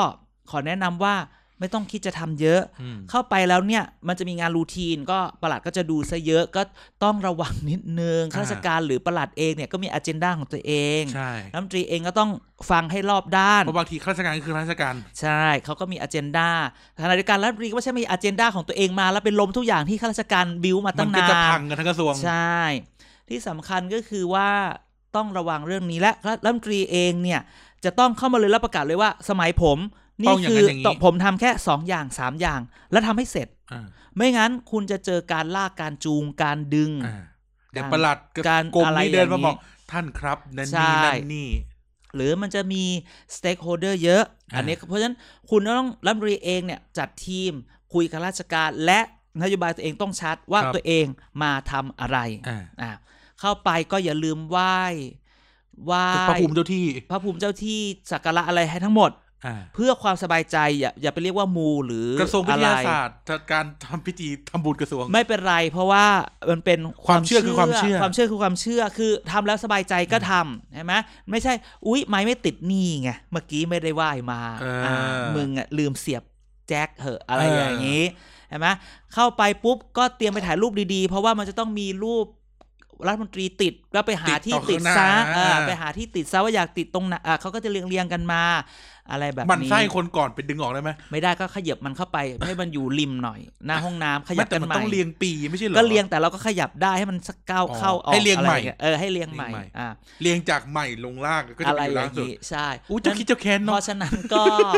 ขอแนะนำว่าไม่ต้องคิดจะทำเยอะ อืม เข้าไปแล้วเนี่ย มันจะมีงานรูทีนก็ประหลัดก็จะดูซะเยอะก็ต้องระวังนิดนึงข้าราชการหรือประหลัดเองเนี่ยก็มีอ g e n d a ของตัวเอง ใช่ รัฐมนตรีเองก็ต้องฟังให้รอบด้าน เพราะบางทีข้าราชการก็คือข้าราชการ ใช่เขาก็มีอ g e n d a ขณะเดียวกันรัฐมนตรีก็ไม่ใช่มีอ g e n d a ของตัวเองมาแล้วเป็นลมทุกอย่างที่ข้าราชการบิวมา มั ตั้ง น นาน ก็จะพังกันทั้งกระทรวง ใช่ ที่สำคัญก็คือว่าต้องระวังเรื่องนี้และรัฐมนตรีเองเนี่ย จะต้องเข้ามาเลยแล้วประกาศเลยว่า สมัยผม ต้ นี่ องอย่าง คื นั้ อน อย่างนี้ ตผมทำแค่ 2 อย่าง 3 อย่าง แล้วทำให้เสร็จ อ่า ไม่งั้นคุณจะเจอการลากการจูงการดึง อ่าเดี๋ยวประหลัด การ กรม อะไร นี่เดินอมาย่างนี้ บอกท่านครับนั่น ใช่ นี่นั่นนี่ หรือมันจะมีสเต็กโฮเดอร์เยอะ อันนี้เพราะฉะนั้นคุณต้องรัฐมนตรีเองเนี่ยจัดทีมคุยกับราชการและนโยบายตัวเองต้องชัดว่า ครับ ตัวเองมาทำอะไร อ่า อ่ะเข้าไปก็อย่าลืมไหว้ไหว้ พระภูมิเจ้าที่ พระภูมิเจ้าที่สักการะอะไรให้ทั้งหมด อ่า เพื่อความสบายใจอย่าอย่าไปเรียกว่ามูหรือก ระทรวงวิ อะ ท ไร ยาศาสตร์จัดการทำพิธีทำบุญกระทรวง ไม่เป็นไร เพราะว่ามันเป็น ความเชื่อคือความเชื่อ ความเชื่อคือความเชื่อคือทำแล้วสบายใจก็ทำใช่ไหมไม่ใช่อุ๊ยไม้ไม่ติดหนี้ไงเมื่อกี้ไม่ได้ไหว้มา เอออ่ ามึงอะลืมเสียบแจ็คเหอะอะไรอย่างนี้ใช่ไหมเข้าไปปุ๊บก็เตรียมไปถ่ายรูปดีๆ เพราะว่ามันจะต้องมีรูปรัฐมนตรีติดแล้วไปหาที่ ติ ติ ด ด ต่อ ซะ ข้างหน้า เออไปหาที่ติดซะว่าอยากติดตรงไหนอ่ะเขาก็จะเรียงเรียงๆกันมา อะไรแบบ มัน นี้ ไส้คนก่อนไปดึงออกได้ไหม ไม่ได้ก็ขยับมันเข้าไป ให้มันอยู่ริมหน่อยหน้าห้องน้ำขยั ไม่ บ แต่ กัน มัน ใหม่ ต้องเรียงปีไม่ใช่เหรอ ก็เรียงแต่เราก็ขยับได้ให้มันสักก้าว อ๋อ เข้าออก ให้เรียง อะ ใหม่ ไอาเออให้เรียงใหม่ เรียงใหม่ อ่า เรียงจากใหม่ลงล่างก็ อะ จะ ไร ไปอยู่ อ ล่า ย่าง ง สุด นี้ใช่ อู้เจ้าคิดเจ้าแค้น เพ เนาะ ราะฉะนั้นก็ (laughs)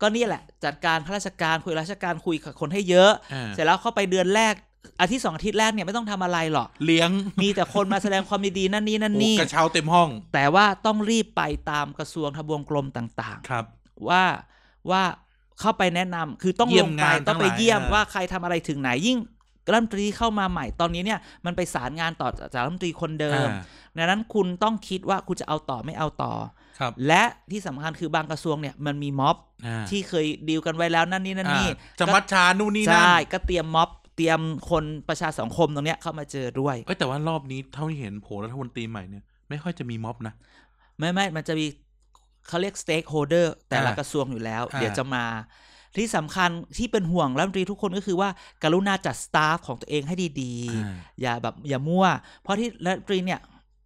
ก็นี่แหละ จัดการข้าราชการคุยราชการคุยกับคนให้เยอะ อ่า เสร็จแล้วเข้าไปเดือนแรกอาทิตย์สองอาทิตย์แรกเนี่ยไม่ต้องทำอะไรหร (laughs) อก เลี้ยง มีแต่คนมาแสดงความยินดีนั่นนี่นั่นนี่ โอ้กระเช้าเต็มห้อง แต่ว่าต้องรีบไปตามกระทรวงทบวงกรมต่าง ๆ ครับ ว่าว่าเข้าไปแนะนำคือต้อง เยี่ ล ยม งไป งาน ต้องไป ทั้งหลาย เยี่ยม อ่า ว่าใครทำอะไรถึงไหนยิ่ง รัฐมนตรีเข้ามาใหม่ตอนนี้เนี่ยมันไปสารงานต่อจากรัฐมนตรีคนเดิม อ่า ดังนั้นคุณต้องคิดว่าคุณจะเอาต่อไม่เอาต่อ ครับ และที่สำคัญคือบางกระทรวงเนี่ยมันมีม็อบ อ่า ที่เคยดีลกันไว้แล้วนั่นนี่นั่นนี่ อ่าจะมัดชานู่นนี่นั่น ใช่ก็เตรียมม็อบเตรียมคนประชาสังคมตรงเนี้ยเข้ามาเจอด้วย เอ้ยแต่ว่ารอบนี้เท่าที่เห็นโผล่รัฐมนตรีใหม่เนี่ยไม่ค่อยจะมีม็อบนะ ไม่ไม่มันจะมีเขาเรียกสเต็กโฮเดอร์แต่ละ อ่าก ระทรวงอยู่แล้ว อ่า เดี๋ยวจะมา ที่สำคัญที่เป็นห่วงรัฐมนตรีทุกคนก็คือว่า กรุณาจัดสตาฟของตัวเองให้ดี อ่า ๆ อย่าแบบอย่ามั่ว เพราะที่รัฐมนตรีเนี่ย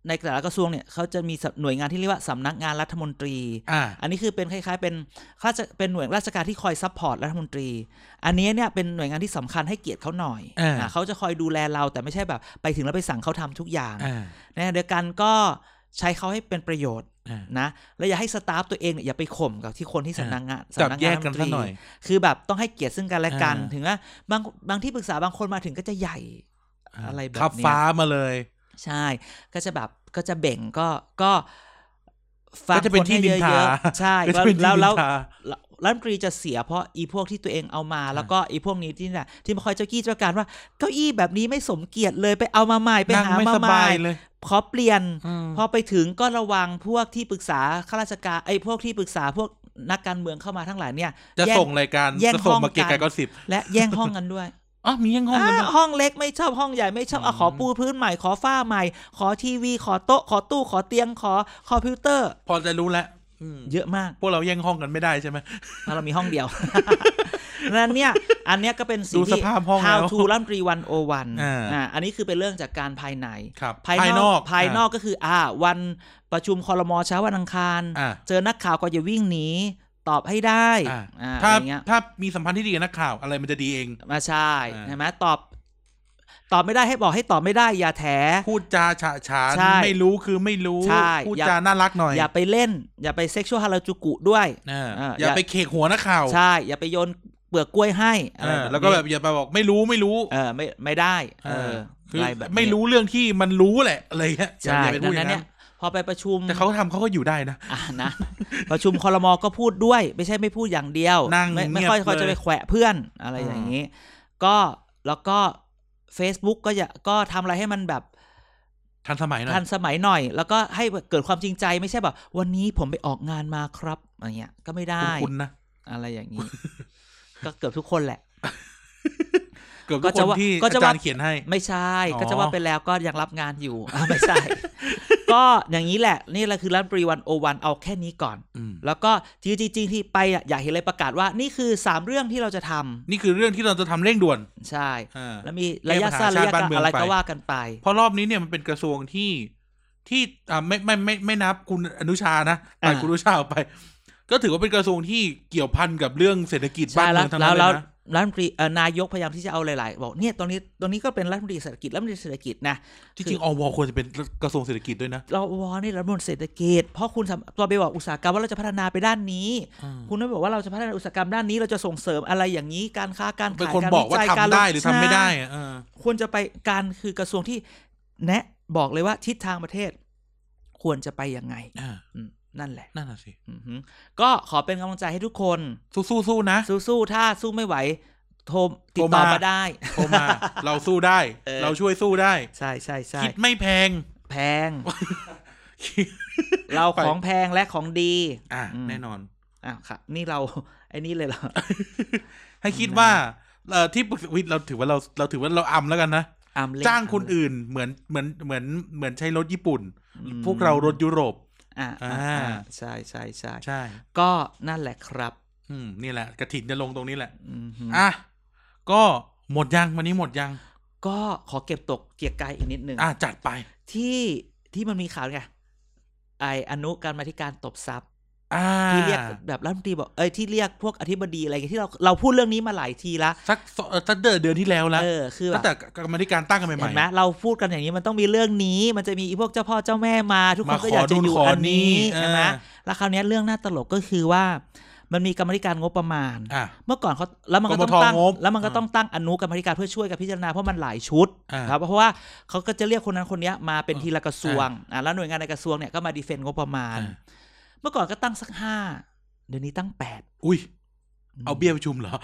ในแต่ละกระทรวงเนี่ยเขาจะมีสำหน่วยงานที่เรียกว่าสำนักงานรัฐมนตรี อ่า อันนี้คือเป็นคล้ายๆเป็นข้าราชเป็นหน่วยราชการที่คอยซัพพอร์ตรัฐมนตรี อันนี้เนี่ยเป็นหน่วยงานที่สำคัญให้เกียรติเขาหน่อย อ่า อ่าเขาจะคอยดูแลเราแต่ไม่ใช่แบบไปถึงแล้วไปสั่งเขาทำทุกอย่าง อ่า ในะเดียวกันก็ใช้เขาให้เป็นประโยชน์ อ่า นะและอย่าให้สตาฟตัวเองเนี่ยอย่าไปข่มกับที่คนที่สำนักงาน จับ สำนัก แย งาน ก รัฐ กัมนนต ซะ รี หน่อย คือแบบต้องให้เกียรติซึ่งกันและกัน อ่า ถึงว่าบางบางที่ปรึกษาบางคนมาถึงก็จะใหญ่ อะไรแบบเนี้ย ขับฟ้ามาเลย ใช่ ก็จะแบบก็จะแบ่งก็ก็ฟัง ก็จะเป็นที่ ค นินทา เยอะๆ (laughs) ใช่ ก็จะเป็นที่ แล้ว นิ แล้ว นทา แล้วรัฐมนตรีจะเสียเพราะอีพวกที่ตัวเองเอามา แล้วก็อีพวกนี้ที่น่ะที่มาคอยเจ้ากี้เจ้าการว่าเก้าอี้แบบนี้ไม่สมเกียรติเลยไปเอามาใหม่ไป นั่ง หา ไม่ มา ส ให บา ม่ ยเลย ขอเปลี่ยน พ พ อ อ ไปถึงก็ระวังพวกที่ปรึกษาข้าราชการไอ้พวกที่ปรึกษาพวกนักการเมืองเข้ามาทั้งหลายเนี่ย จะ แย่ ส่งรายการ แย่ง จะส่ง ห้องกั มาน เกะกะก็สิบ และแย่งห้องกันด้วย อ๋อมียัง (laughs) ห้องกันด้ว อ่าย ห้องเล็กไม่ชอบห้องใหญ่ไม่ชอบอ่ะ อืม ขอปูพื้นใหม่ขอฝ้าใหม่ ขอทีวี ขอโต๊ะขอตู้ขอเตียงขอคอมพิวเตอร์ พอจะรู้แล้วอืม เยอะมาก พวกเราแย่งห้องกันไม่ได้ใช่ไหม เพราะเรามีห้องเดียว (laughs) ดังนั้นเนี่ย อันเนี้ยก็เป็นสิ่ง ดูส ที่ ภาพห้องแล้ว How to รัมรีวันโอวัน อ่า อันนี้คือเป็นเรื่องจากการภายใน ครับ ภายนอก ภายนอก ะ ก็คือ อ่า วันประชุมคอรมอเช้าวันอังคาร อ่ะ เจอนักข่าวก็อย่าวิ่งหนี ตอบให้ได้ อ่ะ อ่าอะ ถ้า ไรเงี้ย ถ้ามีสัมพันธ์ที่ดีกับนักข่าวอะไรมันจะดีเอง มาใช่ อ่า ใช่ไหมตอบ ตอบไม่ได้ให้บอกให้ตอบไม่ได้ อย่าแถ พูดจาฉะฉาน ใช่ ไม่รู้คือไม่รู้ ใช่ พูด อย่า จาน่ารักหน่อย อย่าไปเล่น อย่าไปเซ็กชวลฮาราจูกุด้วย อ่า อ่า อย่า อย่า ไปเคกหัวนักข่าว ใช่ อย่าไปโยนเปลือกกล้วยให้อะไร อ่า บบนี้ แล้วก็แบบอย่าไปบอกไม่รู้ไม่รู้ เออไม่ไม่ได้เออ คือ อะไรแบบนี้ ไม่รู้เรื่องที่มันรู้แหละอะไรเงี้ยอย่า ใช่ อย่าไป ดั พูด ง อ นั้ ย่านงนั้ เนี่ น ยพอไปประชุม แต่เขาทำเขาก็อยู่ได้นะ อ่านะ (laughs) ประชุมคอรมอก็พูดด้วย ไม่ใช่ไม่พูดอย่างเดียว นั่ง ไม่ไม่ เงียบ ค่อยเขา เลย จะไปแขวะเพื่อนอะไร อืม อย่างนี้ ก็แล้วก็ Facebook ก็อย่าก็ทำอะไรให้มันแบบ ทันสมัยหน่อย ทันสมัยหน่อย แล้วก็ให้เกิดความจริงใจไม่ใช่แบบวันนี้ผมไปออกงานมาครับอะไรเงี้ยก็ไม่ได้ คุณนะ อะไรอย่างนี้ ก็เกือบทุกคนแหละ เกือบ ก็ ทุกค จะ น ว่า ที่ ก็ อา จะ จา ว่า รย์เขียนให้ ไม่ใช่ อ๋อ ก็จะว่าไปแล้วก็ยังรับงานอยู่ (laughs) อ่ะไม่ใช่ ก็อย่างนี้แหละนี่แหละคือร้านปรีวันโอวันเอาแค่นี้ก่อน อืม แล้วก็จริงๆจริงๆที่ไปอ่ะอยากเห็นเลยประกาศว่านี่คือ 3 เรื่องที่เราจะทำ นี่คือเรื่องที่เราจะทำเร่งด่วน ใช่ อ่า แล้วมีระยะสั้น แก้ ระยะปัญหาชาติบ้าน กลาง เมือง อะไร ไป ก็ว่ากันไป เพราะรอบนี้เนี่ยมันเป็นกระทรวงที่ที่อ่าไม่ไม่ไม่ไม่นับคุณอนุชานะปล่อย อ่า คุณอนุชาออกไป ก็ถือว่าเป็นกระทรวงที่เกี่ยวพันกับเรื่องเศรษฐกิจบ้า ใช่ น แล้วเมืองทั้ง แล้วนนั้เล แล้ว ยนะ รัฐมนตรีเอ่อนายกพยายามที่จะเอาหลาย ๆ บอกเนี่ยตอนนี้ตอนนี้ก็เป็นรัฐมนตรีเศรษฐกิจรัฐมนตรีเศรษฐกิจนะ จริงๆอวควรจะเป็นกระทรวงเศรษฐกิจด้วยนะ เราวอนี่รัฐมนตรีเศรษฐกิจเพราะคุณสำตัวไปบอกอุตสาหกรรมว่าเราจะพัฒนาไปด้านนี้ คุณต้องบอกว่าเราจะพัฒนาอุตสาหกรรมด้านนี้เราจะส่งเสริมอะไรอย่างนี้การค้าการ เป็น ขาย คน การ บอกว่า จัย ทำ กลง ได้หรือทำไม่ได้ ใช่ อะเออ ควรจะไปการคือกระทรวงที่แนะบอกเลยว่าทิศทางประเทศ ควรจะไปยังไง อ่า อืมนั่นแหละ นั่นน่ะสิ อือหือก็ขอเป็นกำลังใจให้ทุกคน สู้สู้สู้นะ สู้ๆถ้าสู้ไม่ไหว โทรติด โทร ต่ มา อมาได้ โทรมา (laughs) เราสู้ได้ เออ เราช่วยสู้ได้ ใช่ใช่ใช่ คิดไม่แพง (laughs) แพง เราของแพงและของดี อ่ะ อืม แน่นอน อ้าวค่ะ นี่เรา (laughs) ไอ้นี่เลยเหรอ (laughs) ให้คิดว่าเอ่อที่ปรึกษาอุ๊ยเราถือว่าเราเราถือว่าเราอำแล้วกันนะ อำเล่ จ้างคนอื่นเหมือนเหมือนเหมือนเหมือนใช้รถญี่ปุ่น อืม พวกเรารถยุโรป อ่าอ่า อ่า ใช่ใช่ใช่ ใช่ ก็นั่นแหละครับ อืมนี่แหละกระถินจะลงตรงนี้แหละ อือหือ อ่ะก็หมดยังวันนี้หมดยัง ก็ขอเก็บตกเกียร์กายอีกนิดนึง อ่ะจัดไป ที่ที่มันมีข่าวไงไออนุการมาธิการตบทรัพย์ อ่า ที่เรียกแบบรัฐมนตรีบอกเอ้ยที่เรียกพวกอธิบดีอะไรอย่างเงี้ยที่เราเราพูดเรื่องนี้มาหลายทีละ สักสเอ่อสักเดือนเดือนที่แล้วแล้ว เออคือแบ ตั้ บ งแต่กรรมาธิการตั้งกันใหม่ๆ เห็นไหมเราพูดกันอย่างนี้มันต้องมีเรื่องนี้ มันจะมีพวกเจ้าพ่อเจ้าแม่มา ทุกคน มา ก็อยากจะอยู่ ขอนู่นขอ อันนี้ นี่ ใช่ไหม อ่า แล้วคราวเนี้ยเรื่องน่าตลกก็คือว่า มันมีกรรมาธิการงบประมาณ อ่ะ เมื่อก่อนเขาแล้วมันก็ต้อง กมท ตั้ง งบ แล้วมันก็ อ่า ต้องตั้งอนุกรรมาธิการเพื่อช่วยกับพิจารณาเพราะมันหลายชุด อ่า ครับเพราะว่าเขาก็จะเรียกคนนั้นคนเนี้ยมาเป็น เออ ทีละกระทรวงอ่าแล้วหน่วยงานในกระทรวงเนี่ยก็มาดีเฟนต์งบประมาณ อ่า เมื่อก่อนก็ตั้งสักห้าเดี๋ยวนี้ตั้งแปด อุ้ย เอาเบี้ยประชุมเหรอ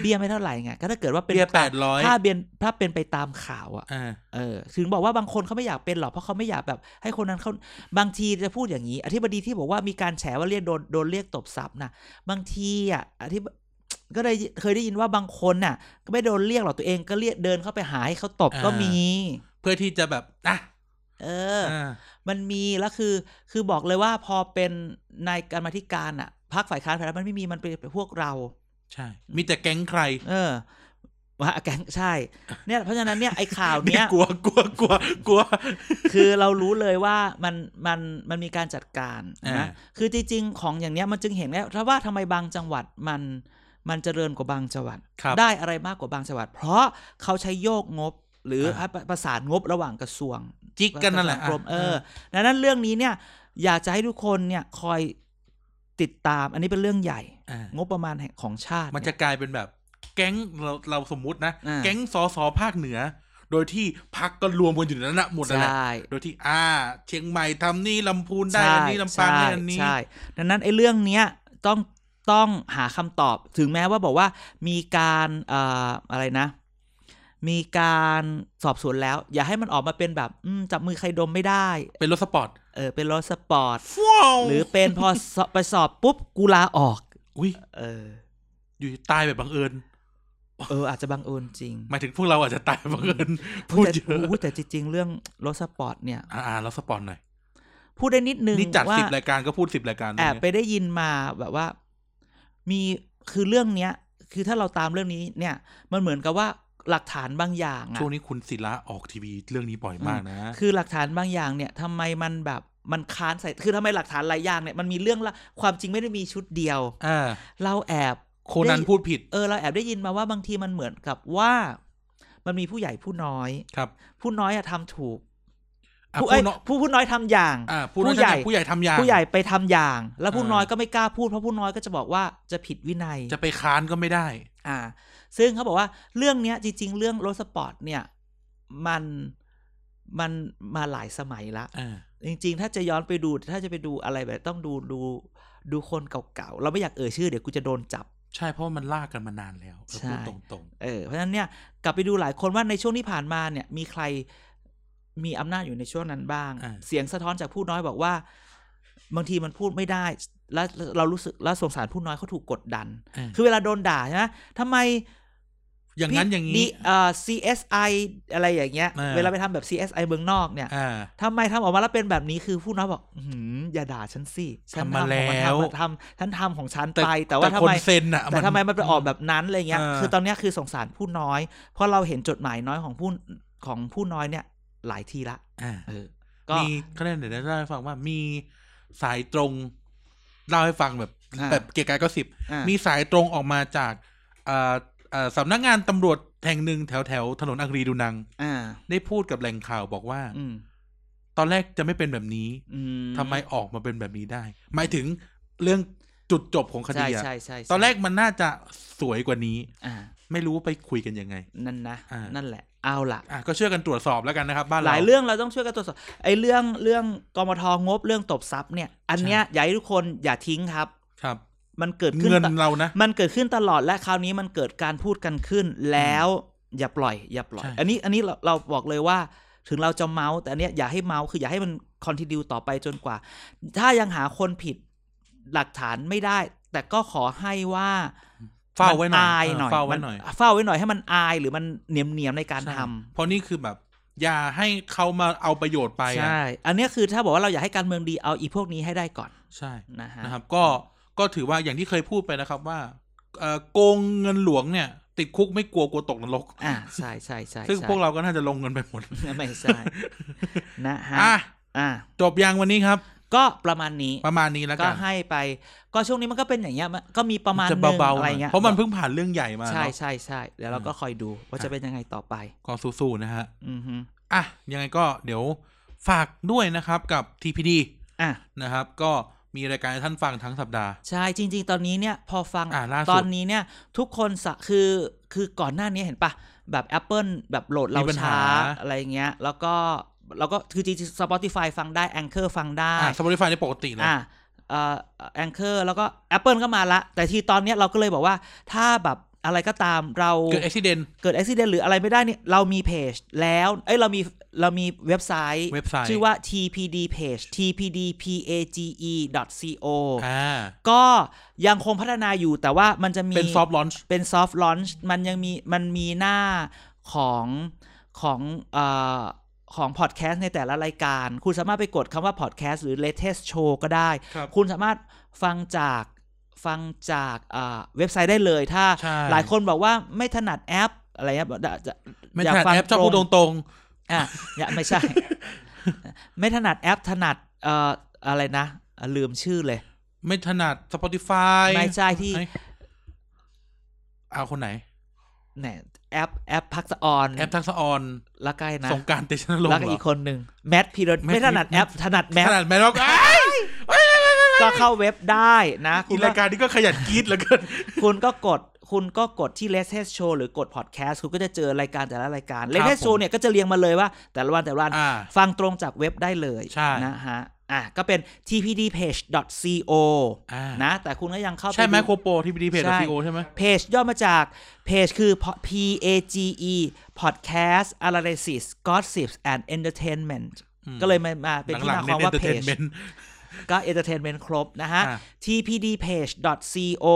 เบี้ยไม่เท่าไหร่ไงก็ถ้าเกิดว่าเป็น เบี้ยแปดร้อย ถ้าเบียนถ้าเป็นไปตามข่าวอะ อ่า เออถึงบอกว่าบางคนเขาไม่อยากเป็นหรอกเพราะเขาไม่อยากแบบ ให้คนนั้นเขาบางทีจะพูดอย่างนี้ อธิบดีที่บอกว่ามีการแฉว่าเรียกโดนโดนเรียกตบซับนะบางทีอะอธิบก็ได้เคยได้ยินว่าบางคนน่ะ ก็ไม่โดนเรียกหรอกตัวเองก็เรียกเดินเข้าไปหาให้เขาตบก็ อ่ามี มี เพื่อที่จะแบบอ่ะ เออ อ่า มันมีแล้วคือ คือบอกเลยว่าพอเป็นนายการมาธิการอ่ะพักฝ่ายค้านฝ่ายรัฐมันไม่มีมันเป็นพวกเรา ใช่ มีแต่แก๊งใคร เออว่าแกงใช่ เนี่ย เพราะฉะนั้นเนี่ยไอ้ข่าวเนี้ย กลัวกลัวกลัวกลัว คือเรารู้เลยว่ามันมันมันมีการจัดการ อ่า นะคือจริงๆของอย่างเนี้ยมันจึงเห็นแล้วถ้าว่าทำไมบางจังหวัดมันมันเจริญกว่าบางจังหวัด ครับ ได้อะไรมากกว่าบางจังหวัด เพราะเขาใช้โยกงบ หรือ ครับ ประประสานงบระหว่างกระทรวง จิกกันนั่นแหละ กรมเออดังนั้นเรื่องนี้เนี่ย อยากจะให้ทุกคนเนี่ยคอยติดตาม อันนี้เป็นเรื่องใหญ่ อ่าง งบประมาณแห่งของชาติ มันจะ เย กลายเป็นแบบ แก๊งเราเราสมมุตินะ อ่า แก๊งสอสอภาคเหนือ โดยที่พักก็รวมกันอยู่ในนั้นนะหมดนั่นแหละ ใช่ โดยที่อ่า เชียงใหม่ทำนี่ลำพูนได้อันนี้ลำปาง ใช่ ได้อันนี้ ใช่ดังนั้นไอ้เรื่องเนี้ยต้องต้องหาคำตอบถึงแม้ว่าบอกว่ามีการเอ่ออะไรนะ มีการสอบสวนแล้ว อย่าให้มันออกมาเป็นแบบอืมจับมือใครดมไม่ได้ เป็นรถสปอร์ต เออเป็นรถสปอร์ต ว้าว หรือเป็นพอสอบไปสอบปุ๊บกูลาออก อุ้ย เออ อยู่ตายแบบบังเอิญ เออ อาจจะบังเอิญจริง หมายถึงพวกเราอาจจะตายแบบบังเอิญพูด แต่ เยอะ พูดแต่จริงๆ เรื่องรถสปอร์ตเนี่ย อ่าเราสปอร์ตหน่อย พูดได้นิดนึง นี่จัด ว่า สิบรายการก็พูดสิบรายการ แอบไปได้ยินมาแบบว่า มีคือเรื่องเนี้ย คือถ้าเราตามเรื่องนี้เนี่ย มันเหมือนกับว่าหลักฐานบางอย่างอะ ช่วงนี้คุณศิระออกทีวีเรื่องนี้บ่อยมากนะ คือหลักฐานบางอย่างเนี่ยทำไมมันแบบมันค้านใส่คือทำไมหลักฐานหลายอย่างเนี่ยมันมีเรื่องละความจริงไม่ได้มีชุดเดียว อ่า เราแอบ โคนัน ได้ พูดผิด เออเราแอบได้ยินมาว่าบางทีมันเหมือนกับว่า มันมีผู้ใหญ่ผู้น้อย ครับ ผู้น้อยอะทำถูก อ่ะ ผู้ พู เอ้ ด ย เนาะ ผู้ผู้น้อยทำอย่าง อ่าพูด ผู้ เนาะ ใหญ่ ผู้ใหญ่ทำยาง ผู้ใหญ่ไปทำอย่าง แล้วผู้ อ่า น้อยก็ไม่กล้าพูดเพราะผู้น้อยก็จะบอกว่าจะผิดวินัย จะไปค้านก็ไม่ได้ อ่า ซึ่งเขาบอกว่าเรื่องเนี้ยจริง ๆ เรื่องรถสปอร์ตเนี่ย มันมันมาหลายสมัยละ อ่า จริง ๆ ถ้าจะย้อนไปดู ถ้าจะไปดูอะไรแบบต้องดูดูดูคนเก่าๆ เราไม่อยากเอ่ยชื่อเดี๋ยวกูจะโดนจับ ใช่เพราะว่ามันลากกันมานานแล้วเออ ใช่ พูดตรง เออเพราะฉะนั้นเนี่ยกลับไปดูหลายคนว่าในช่วงที่ผ่านมาเนี่ย มีใครมีอำนาจอยู่ในช่วงนั้นบ้าง อ่า เสียงสะท้อนจากผู้น้อยบอกว่า บางทีมันพูดไม่ได้ แล้วเรารู้สึกแล้วสงสารผู้น้อยเขาถูกกดดัน ๆอ่า คือเวลาโดนด่าใช่ไหมทำไม อย่างนั้นอย่าง ดี นี้ เอ่อ CSI อะไรอย่างเงี้ย อ่า เวลาไปทำแบบ CSI เมืองนอกเนี่ย อ่า ทำไมทำออกมาแล้วเป็นแบบนี้คือผู้น้อยบอกอื้อหืออย่าด่าฉันสิฉัน ทำมา ของน แล้ว ทำฉันทำของฉันไป แต่ว่าทำ คน ไม เซ็นอ่ะ แต่ทำไมมันไปออกแบบนั้นอะไรเงี้ย อ่า คือตอนเนี้ยคือสงสารผู้น้อย เพราะเราเห็นจดหมายน้อยของผู้ของผู้น้อยเนี่ย หลายทีละ อ่า เออ ก็ มีเขาเรียกเดี๋ยวจะเล่าให้ฟังว่ามีสายตรงเล่าให้ฟังแบบ อ่า แบบเกียร์กายก็สิบ อ่า มีสายตรงออกมาจากอ่าอ่าสำนักงานตำรวจแห่งหนึ่งแถวแถวๆถนนอังรีดูนัง อ่า ได้พูดกับแหล่งข่าวบอกว่า อืม ตอนแรกจะไม่เป็นแบบนี้ อื ทำไมออกมาเป็นแบบนี้ได้ หมายถึงเรื่องจุดจบของค ใช่ ดีอะ ใช่ใช่ใช่ ตอนแรกมันน่าจะสวยกว่านี้ อ่า ไม่รู้ไปคุยกันยังไง นั่นนะ อ่านั่ นั่นแหละเอาล่ะ อ่ะก็ช่วยกันตรวจสอบแล้วกันนะครับ บ้าหนเรา ลายเรื่องเราต้องช่วยกันตรวจสอบไอ้เรื่องเรื่องกมทงบเรื่องตบซับเนี่ย อันเนี้ยอยากให้ทุกคนอย่าทิ้งครับ ครับ มันเกิดขึ้น เงิน ตะ เรานะ มันเกิดขึ้นตลอดและคราวนี้มันเกิดการพูดกันขึ้นแล้ว อย่าปล่อย อย่าปล่อย ใช่ อันนี้อันนี้เราเราบอกเลยว่า ถึงเราจะเมาส์แต่อันเนี้ยอย่าให้เมาส์คืออย่าให้มันคอนติเนียต่อไปจนกว่า ถ้ายังหาคนผิดหลักฐานไม่ได้ แต่ก็ขอให้ว่า เฝ้าไว้หน่อย มัาย เออ หน่อย เฝ้าไว้หน่อย มันเฝ้าไว้หน่อยให้มันอายหรือมันเหนียมเนียมๆในการ ใช่ ทำ เพราะนี่คือแบบ อย่าให้เขามาเอาประโยชน์ไปอะ ใช่ อันเนี้ยคือถ้าบอกว่าเราอยากให้การเมืองดีเอาอีพวกนี้ให้ได้ก่อน ใช่ นะฮะ นะครับ ก็ก็ถือว่าอย่างที่เคยพูดไปนะครับว่าเอ่อโกงเงินหลวงเนี่ย ติดคุกไม่กลัวกลัวตกนรก อ่าใช่ใช่ใช่ ซึ่ง ใช่ พวกเราก็น่าจะลงเงินไปหมด ไม่ใช่ (laughs) นะฮะ อ่ะ อ่า จบยังวันนี้ครับ ก็ประมาณนี้ ประมาณนี้แล้ว ก็ กัน ให้ไป ก็ช่วงนี้มันก็เป็นอย่างเงี้ยมันก็มีประมาณหจะนึง เบาๆ อะไร หน่อย เงี้ย เพราะมันเพิ่งผ่านเรื่องใหญ่มา ใช่ เนอะ ใช่ใช่เดี๋ยวเราก็คอยดูว่าจะเป็นยังไงต่อไป ก็สู้ๆนะฮะ อือฮึ อ่ะ ยังไงก็เดี๋ยวฝากด้วยนะครับกับ TPD อ่ะ นะครับ ก็มีรายการให้ท่านฟังทั้งสัปดาห์ ใช่จริง ๆ ตอนนี้เนี่ยพอฟัง อ่ะล่าสุด ตอนนี้เนี่ย ทุกคนสะคือคือก่อนหน้านี้เห็นปะแบบ Apple แบบโหลดเรา มีปัญหา ช้าอะไรเงี้ย แล้วก็แล้วก็คือจริงๆ Spotify ฟังได้ Anchor ฟังได้ อ่ะ Spotify ในปกติเลย อ่ะ แองเกอร์แล้วก็ Apple ก็มาละ แต่ทีตอนเนี้ยเราก็เลยบอกว่าถ้าแบบอะไรก็ตามเรา เกิดอุบิเหตุ เกิดอุบิเหตุหรืออะไรไม่ได้เนี่ยเรามีเพจแล้วเอ้ยเรามีเรามีเว็บไซต์ เว็บไซต์ ชื่อว่า tpd page tpdpage co อ่า ก็ยังคงพัฒนาอยู่แต่ว่ามันจะมี เป็นซอฟต์ลอนช์ เป็นซอฟต์ลอนช์มันยังมีมันมีหน้าของของเอ่อของพอดแคสต์ในแต่ละรายการ คุณสามารถไปกดคำว่าพอดแคสต์หรือ latest show ก็ได้ ครับ คุณสามารถฟังจากฟังจากเอ่อเว็บไซต์ได้เลย ถ้า ใช่ หลายคนบอกว่าไม่ถนัดแอป อะไรเงี้ยบอกจะจะ ไม่ ยากถนัด ฟั แอปจะพูดต ตร รง อ่ะอย่าไม่ใช่ (laughs) ไม่ถนัดแอปถนัดเอ่ออะไรนะอ่ะลืมชื่อเลย ๆ ไม่ถนัด Spotify ไม่ใช่ที่ เฮ้ยเอาคนไหน เนี่ยแอปแอปพักสะออน แอปทักษะออน ละใกล้นะ สงกรารเตชนรงค์ แล้วก็ เหร อี อ กคนหนึ่งแมทพีรด แมท ไม่ถนัด พีรด แอปถนัดแม ข ท นาดแม่เราก็ ก็เข้าเว็บได้นะคุ อี ณ ราย ก็ การนี้ก็ขยันกรีดเหลือเกิน คุณก็กดคุณก็กดที่ l e t e s t Show หรือกด Podcast คุณก็จะเจอรายการแต่ละรายการ ครับ l e t e s t Show เนี่ยก็จะเรียงมาเลยว่า แต่ละวันแต่ละวัน อ่า ฟังตรงจากเว็บได้เลย ใช่ นะฮะอ่ะก็เป็น tpdpage.co อ่า นะ แต่คุณก็ยังเข้าป ใช่ไหม ดู โคโปรที่บีดีเพจ ใช่ ซีโอใช่ไหม เพจย่อมาจากเพจคือ P A G E Podcast Analysis Gossip and Entertainment อืม ก็เลยมามาเป็นที่ หลัง มาขๆเน้ อง น ว่า เอนเตอร์ เพ เทน จ เมนต์ ก็เอนเตอร์เทนเมนต์ครบนะฮะ อ่ะ tpdpage.co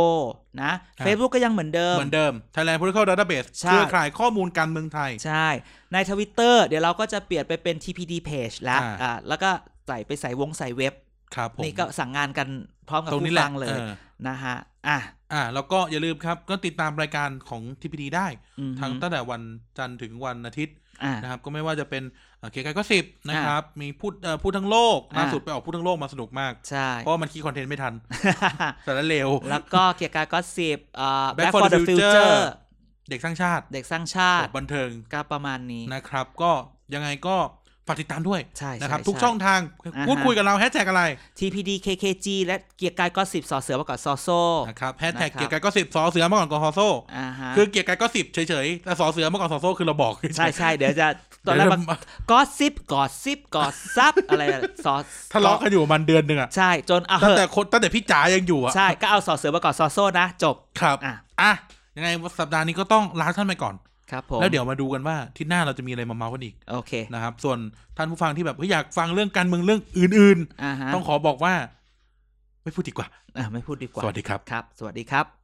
นะ ครับ Facebook ก็ยังเหมือนเดิม เหมือนเดิม Thailand Political Database ใช่ เครือข่ายข้อมูลการเมืองไทย ใช่ ในทวิตเตอร์เดี๋ยวเราก็จะเปลี่ยนไปเป็น tpdpage แล้ว อ่ะ อ่าแล้วก็ใส่ไปใส่วงใส่เว็บ ครับผม นี่ก็สั่งงานกันพร้อมกับ ตรงนี้ ผู้ แหละ ฟังเลย ออ นะฮะ อ่ะ อ่า แล้วก็อย่าลืมครับ ก็ติดตามรายการของ TPD ได้ อืม ทางตั้งแต่วันจันทร์ถึงวันอาทิตย์ อ่ะ นะครับ ก็ไม่ว่าจะเป็นเอ่อเกียร์กายก็สิบนะครับ มีพูดเอ่อพูดทั้งโลก อ่า ล่าสุดไปออกพูดทั้งโลกมาสนุกมาก ใช่ เพราะว่ามันคิดคอนเทนต์ไม่ทัน (laughs) สารเลว แล้วก็เกียร์กายก็สิบอ่า Back back for for the the Future future เด็กสร้างชาติ เด็กสร้างชาติ บันเทิง ก็ประมาณนี้ นะครับ ก็ยังไงก็ฝากติดตามด้วย ใช่ใช่ นะครับ ใช่ ทุกช่องทาง อ่าฮะ พูดคุยกับเราแฮชแท็กอะไร tpd kkg และเกียร์กายก็สิบสอเสือประกอบซอโซ นะครับแฮชแท็ก นะครับ เกียร์กายก็สิบสอเสือมาก่อนกอฮอโซ อ่าฮะ คือเกียร์กายก็สิบเฉยๆ แต่สอเสือมาก่อนสอโซคือเราบอก ใช่ใช่เดี๋ยวจะต ต อ อน น แร แร ก ก มากอสซิปกอสซิปกอสซับอะไรอะซอส ทะเลาะกันอยู่ประมันเดือนหนึ่งอะ ใช่ จนเอา ตั้ง เห แต่ อะ คนตั้งแต่พี่จ๋ายังอยู่อะ ใช่ ก็เอาสอเสือมาก่อนซอโซ่นะ จบ ครับ อ่ะ อ่ะยังไงสัปดาห์นี้ก็ต้องลาท่านไปก่อน ครับผม แล้วเดี๋ยวมาดูกันว่าที่หน้าเราจะมีอะไรมาเมาส์กันอีก โอเค นะครับส่วนท่านผู้ฟังที่แบบเฮ้ยอยากฟังเรื่องการเมืองเรื่องอื่น ๆ อ่าฮะ ต้องขอบอกว่า ไม่พูดดีกว่า อ่ะไม่พูดดีกว่า สวัสดีครับ ครับ สวัสดีครับ